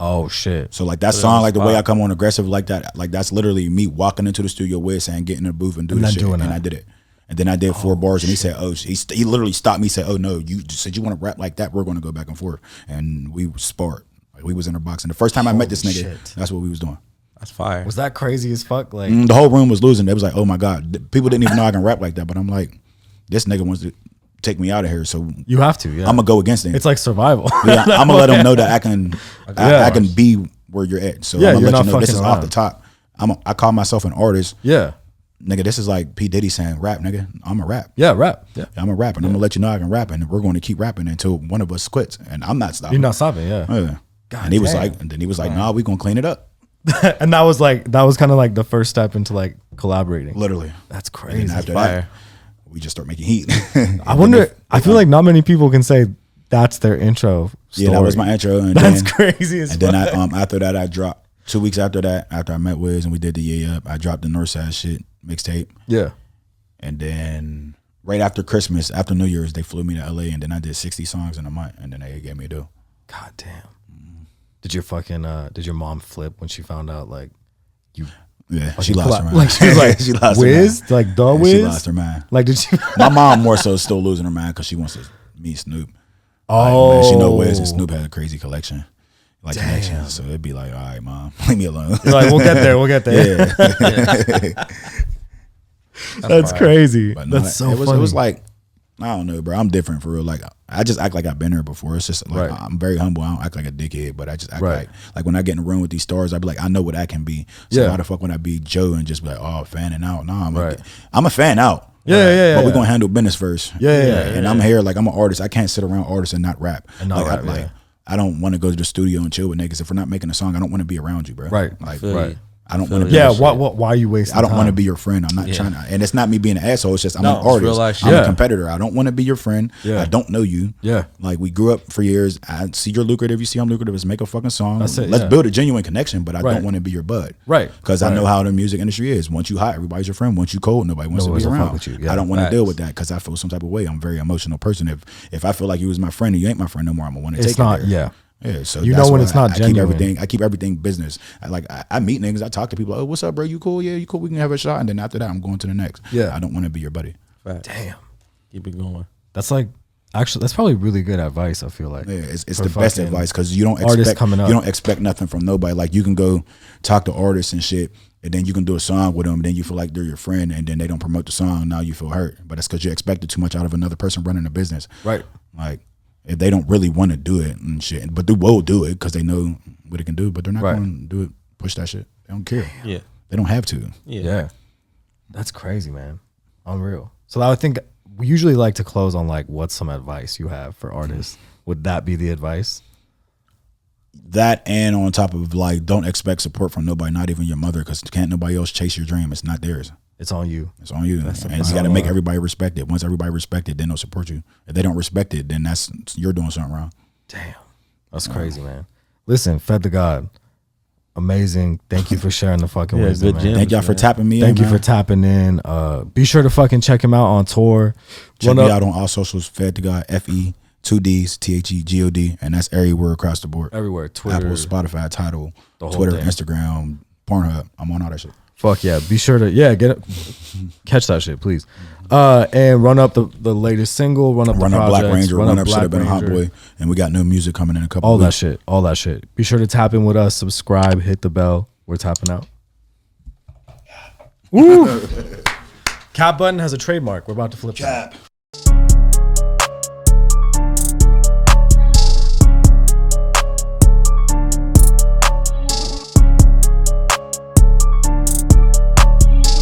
Speaker 5: Oh shit.
Speaker 3: So like that song, like the way I come on aggressive like that, like that's literally me walking into the studio with saying, get in the booth and do
Speaker 5: not
Speaker 3: this shit,
Speaker 5: doing
Speaker 3: and
Speaker 5: that.
Speaker 3: I did it. And then I did four bars, and he said, "Oh, he, st- he literally stopped me. Said, "Oh no, you just said you want to rap like that. We're going to go back and forth." And we sparred. Like we was in a box. And the first time I met this nigga,
Speaker 5: shit.
Speaker 3: that's what we was doing.
Speaker 4: That's fire.
Speaker 5: Was that crazy as fuck? Like
Speaker 3: And the whole room was losing. They was like, "Oh my god, Th- people didn't even know I can rap like that." But I'm like, this nigga wants to take me out of here, so
Speaker 5: you have to. Yeah.
Speaker 3: I'm gonna go against him.
Speaker 5: it's like survival.
Speaker 3: Yeah, I'm gonna let them know that I can, I,
Speaker 5: Yeah.
Speaker 3: I can be where you're at. So
Speaker 5: Yeah,
Speaker 3: I'm
Speaker 5: you're
Speaker 3: gonna let
Speaker 5: not
Speaker 3: you know this
Speaker 5: fucking
Speaker 3: is
Speaker 5: around.
Speaker 3: off the top. I'm a, I call myself an artist,
Speaker 5: yeah.
Speaker 3: nigga. This is like P Diddy saying rap, nigga. I'm a rap.
Speaker 5: Yeah. Rap. Yeah.
Speaker 3: I'm a rapper. and I'm gonna let you know I can rap, and we're going to keep rapping until one of us quits, and I'm not stopping.
Speaker 5: You're not stopping. Yeah.
Speaker 3: Yeah. and he was
Speaker 5: damn.
Speaker 3: like, and then he was like, Nah, we gonna clean it up.
Speaker 5: And that was like that was kind of like the first step into like collaborating.
Speaker 3: Literally.
Speaker 5: That's crazy.
Speaker 3: And after
Speaker 4: Fire.
Speaker 3: that, we just start making heat.
Speaker 5: I wonder. I feel like not many people can say that's their intro. Story.
Speaker 3: yeah, that was my intro. And
Speaker 5: That's
Speaker 3: then,
Speaker 5: crazy as
Speaker 3: And then
Speaker 5: fuck.
Speaker 3: I um after that I dropped two weeks after that after I met Wiz and we did the yeah up I dropped the Northside shit mixtape
Speaker 5: yeah.
Speaker 3: and then right after Christmas after New Year's they flew me to LA and then I did sixty songs in a month and then they gave me a deal.
Speaker 5: God damn. Did your fucking uh did your mom flip when she found out like you
Speaker 3: Yeah, Oh, she
Speaker 5: you
Speaker 3: lost
Speaker 5: cla-
Speaker 3: her mind.
Speaker 5: like, she was like, Wiz?
Speaker 3: her
Speaker 5: Like, the
Speaker 3: Yeah,
Speaker 5: Wiz?
Speaker 3: She lost her mind.
Speaker 5: like did she
Speaker 3: My mom more so is still losing her mind because she wants to meet Snoop.
Speaker 5: Oh
Speaker 3: Man, she know Wiz and Snoop had a crazy collection, like connections. So it'd be like, all right, mom, leave me alone.
Speaker 5: You're like we'll get there, we'll get there.
Speaker 3: yeah.
Speaker 5: That's crazy.
Speaker 3: But no,
Speaker 5: That's so
Speaker 3: it was,
Speaker 5: funny.
Speaker 3: It was like I don't know, bro. I'm different for real. Like I just act like I've been there before. It's just like
Speaker 5: Right.
Speaker 3: I'm very humble. I don't act like a dickhead, but I just act
Speaker 5: Right.
Speaker 3: like like when I get in the room with these stars, I be like, I know what I can be. So
Speaker 5: Yeah.
Speaker 3: why the fuck would I be Joe and just be like, oh, fanning out? No, I'm
Speaker 5: Right.
Speaker 3: like, I'm a fan out.
Speaker 5: Yeah, yeah, yeah,
Speaker 3: But
Speaker 5: yeah.
Speaker 3: we're gonna handle business first.
Speaker 5: Yeah, yeah, yeah,
Speaker 3: and I'm here like I'm an artist. I can't sit around artists and not rap.
Speaker 5: And not
Speaker 3: like,
Speaker 5: rap,
Speaker 3: I, like
Speaker 5: yeah.
Speaker 3: I don't want to go to the studio and chill with niggas. If we're not making a song, I don't want to be around you, bro.
Speaker 5: Right.
Speaker 3: Like,
Speaker 5: Feel you.
Speaker 3: I don't want to.
Speaker 5: yeah, why, why, why are you wasting
Speaker 3: I don't want to
Speaker 5: time?
Speaker 3: be your friend. I'm not trying to. And it's not me being an asshole. It's just I'm
Speaker 4: No,
Speaker 3: an
Speaker 4: it's real
Speaker 3: artist.
Speaker 4: life
Speaker 3: I'm
Speaker 5: shit.
Speaker 3: a competitor. I don't want to be your friend.
Speaker 5: Yeah.
Speaker 3: I don't know you.
Speaker 5: Yeah.
Speaker 3: Like we grew up for years. I see you're lucrative. You see I'm lucrative. Let's make a fucking song.
Speaker 5: That's it,
Speaker 3: Let's
Speaker 5: yeah.
Speaker 3: build a genuine connection. But I
Speaker 5: Right.
Speaker 3: don't want to be your bud.
Speaker 5: Right,
Speaker 3: Because
Speaker 5: right.
Speaker 3: I know how the music industry is. Once you hot, everybody's your friend. Once you cold, nobody wants
Speaker 5: Nobody's
Speaker 3: to
Speaker 5: gonna
Speaker 3: be
Speaker 5: fuck
Speaker 3: around.
Speaker 5: with you, yeah.
Speaker 3: I don't want to deal
Speaker 4: Facts.
Speaker 3: with that because I feel some type of way. I'm a very emotional person. If if I feel like you was my friend and you ain't my friend no more, I'm gonna want to
Speaker 5: It's
Speaker 3: take it
Speaker 5: not-
Speaker 3: there.
Speaker 5: yeah.
Speaker 3: Yeah, so
Speaker 5: You
Speaker 3: that's
Speaker 5: know when
Speaker 3: why
Speaker 5: it's not
Speaker 3: I
Speaker 5: genuine.
Speaker 3: Keep everything, I keep everything business. I, like I, I meet niggas, I talk to people. Oh, what's up, bro? You cool? Yeah, you cool. We can have a shot, and then after that, I'm going to the next.
Speaker 5: Yeah.
Speaker 3: I don't want to be your buddy.
Speaker 5: Damn.
Speaker 4: Keep it going.
Speaker 5: That's like actually that's probably really good advice, I feel like.
Speaker 3: Yeah, it's, it's
Speaker 5: For
Speaker 3: the best
Speaker 5: fucking
Speaker 3: advice because you don't
Speaker 5: artists
Speaker 3: expect
Speaker 5: coming up.
Speaker 3: you don't expect nothing from nobody. Like you can go talk to artists and shit, and then you can do a song with them. Then you feel like they're your friend, and then they don't promote the song. Now you feel hurt, but that's because you expected too much out of another person running a business.
Speaker 5: Right.
Speaker 3: Like if they don't really want to do it and shit, but they will do it because they know what it can do. But they're not
Speaker 5: Right.
Speaker 3: going to do it. Push that shit. They don't care.
Speaker 4: Yeah.
Speaker 3: They don't have to.
Speaker 5: Yeah. That's crazy, man. Unreal. So I would think we usually like to close on like what's some advice you have for artists. Would that be the advice?
Speaker 3: That and on top of like, don't expect support from nobody, not even your mother, because can't nobody else chase your dream. It's not theirs.
Speaker 5: It's on you.
Speaker 3: It's on you. and you got to make everybody respect it. Once everybody respect it, then they'll support you. If they don't respect it, then that's you're doing something wrong.
Speaker 5: Damn. That's crazy, man. Listen, Fed the God. Amazing. Thank you for sharing the fucking
Speaker 4: Yeah,
Speaker 5: wisdom,
Speaker 4: good
Speaker 5: man.
Speaker 4: gem.
Speaker 3: Thank y'all for tapping me.
Speaker 5: Thank
Speaker 3: in,
Speaker 5: you
Speaker 3: man.
Speaker 5: for tapping in. Uh, be sure to fucking check him out on tour.
Speaker 3: Check
Speaker 5: Run
Speaker 3: me
Speaker 5: up-
Speaker 3: out on all socials. Fed to God. F E two D's T H E G O D, and that's everywhere across the board.
Speaker 5: everywhere. Twitter.
Speaker 3: Apple, Spotify, Title,
Speaker 5: The whole
Speaker 3: Twitter,
Speaker 5: thing.
Speaker 3: Instagram, Pornhub. I'm on all that shit.
Speaker 5: Fuck yeah. Be sure to yeah, get it. catch that shit, please. Uh and run up the, the latest single, run up
Speaker 3: Run
Speaker 5: the
Speaker 3: up
Speaker 5: projects,
Speaker 3: Black Ranger. Run, up should have been a hot
Speaker 5: Ranger.
Speaker 3: boy, and we got new music coming in a couple.
Speaker 5: All that
Speaker 3: weeks.
Speaker 5: shit. All that shit. Be sure to tap in with us, subscribe, hit the bell. We're tapping out. Woo! Cap button has a trademark. We're about to flip that.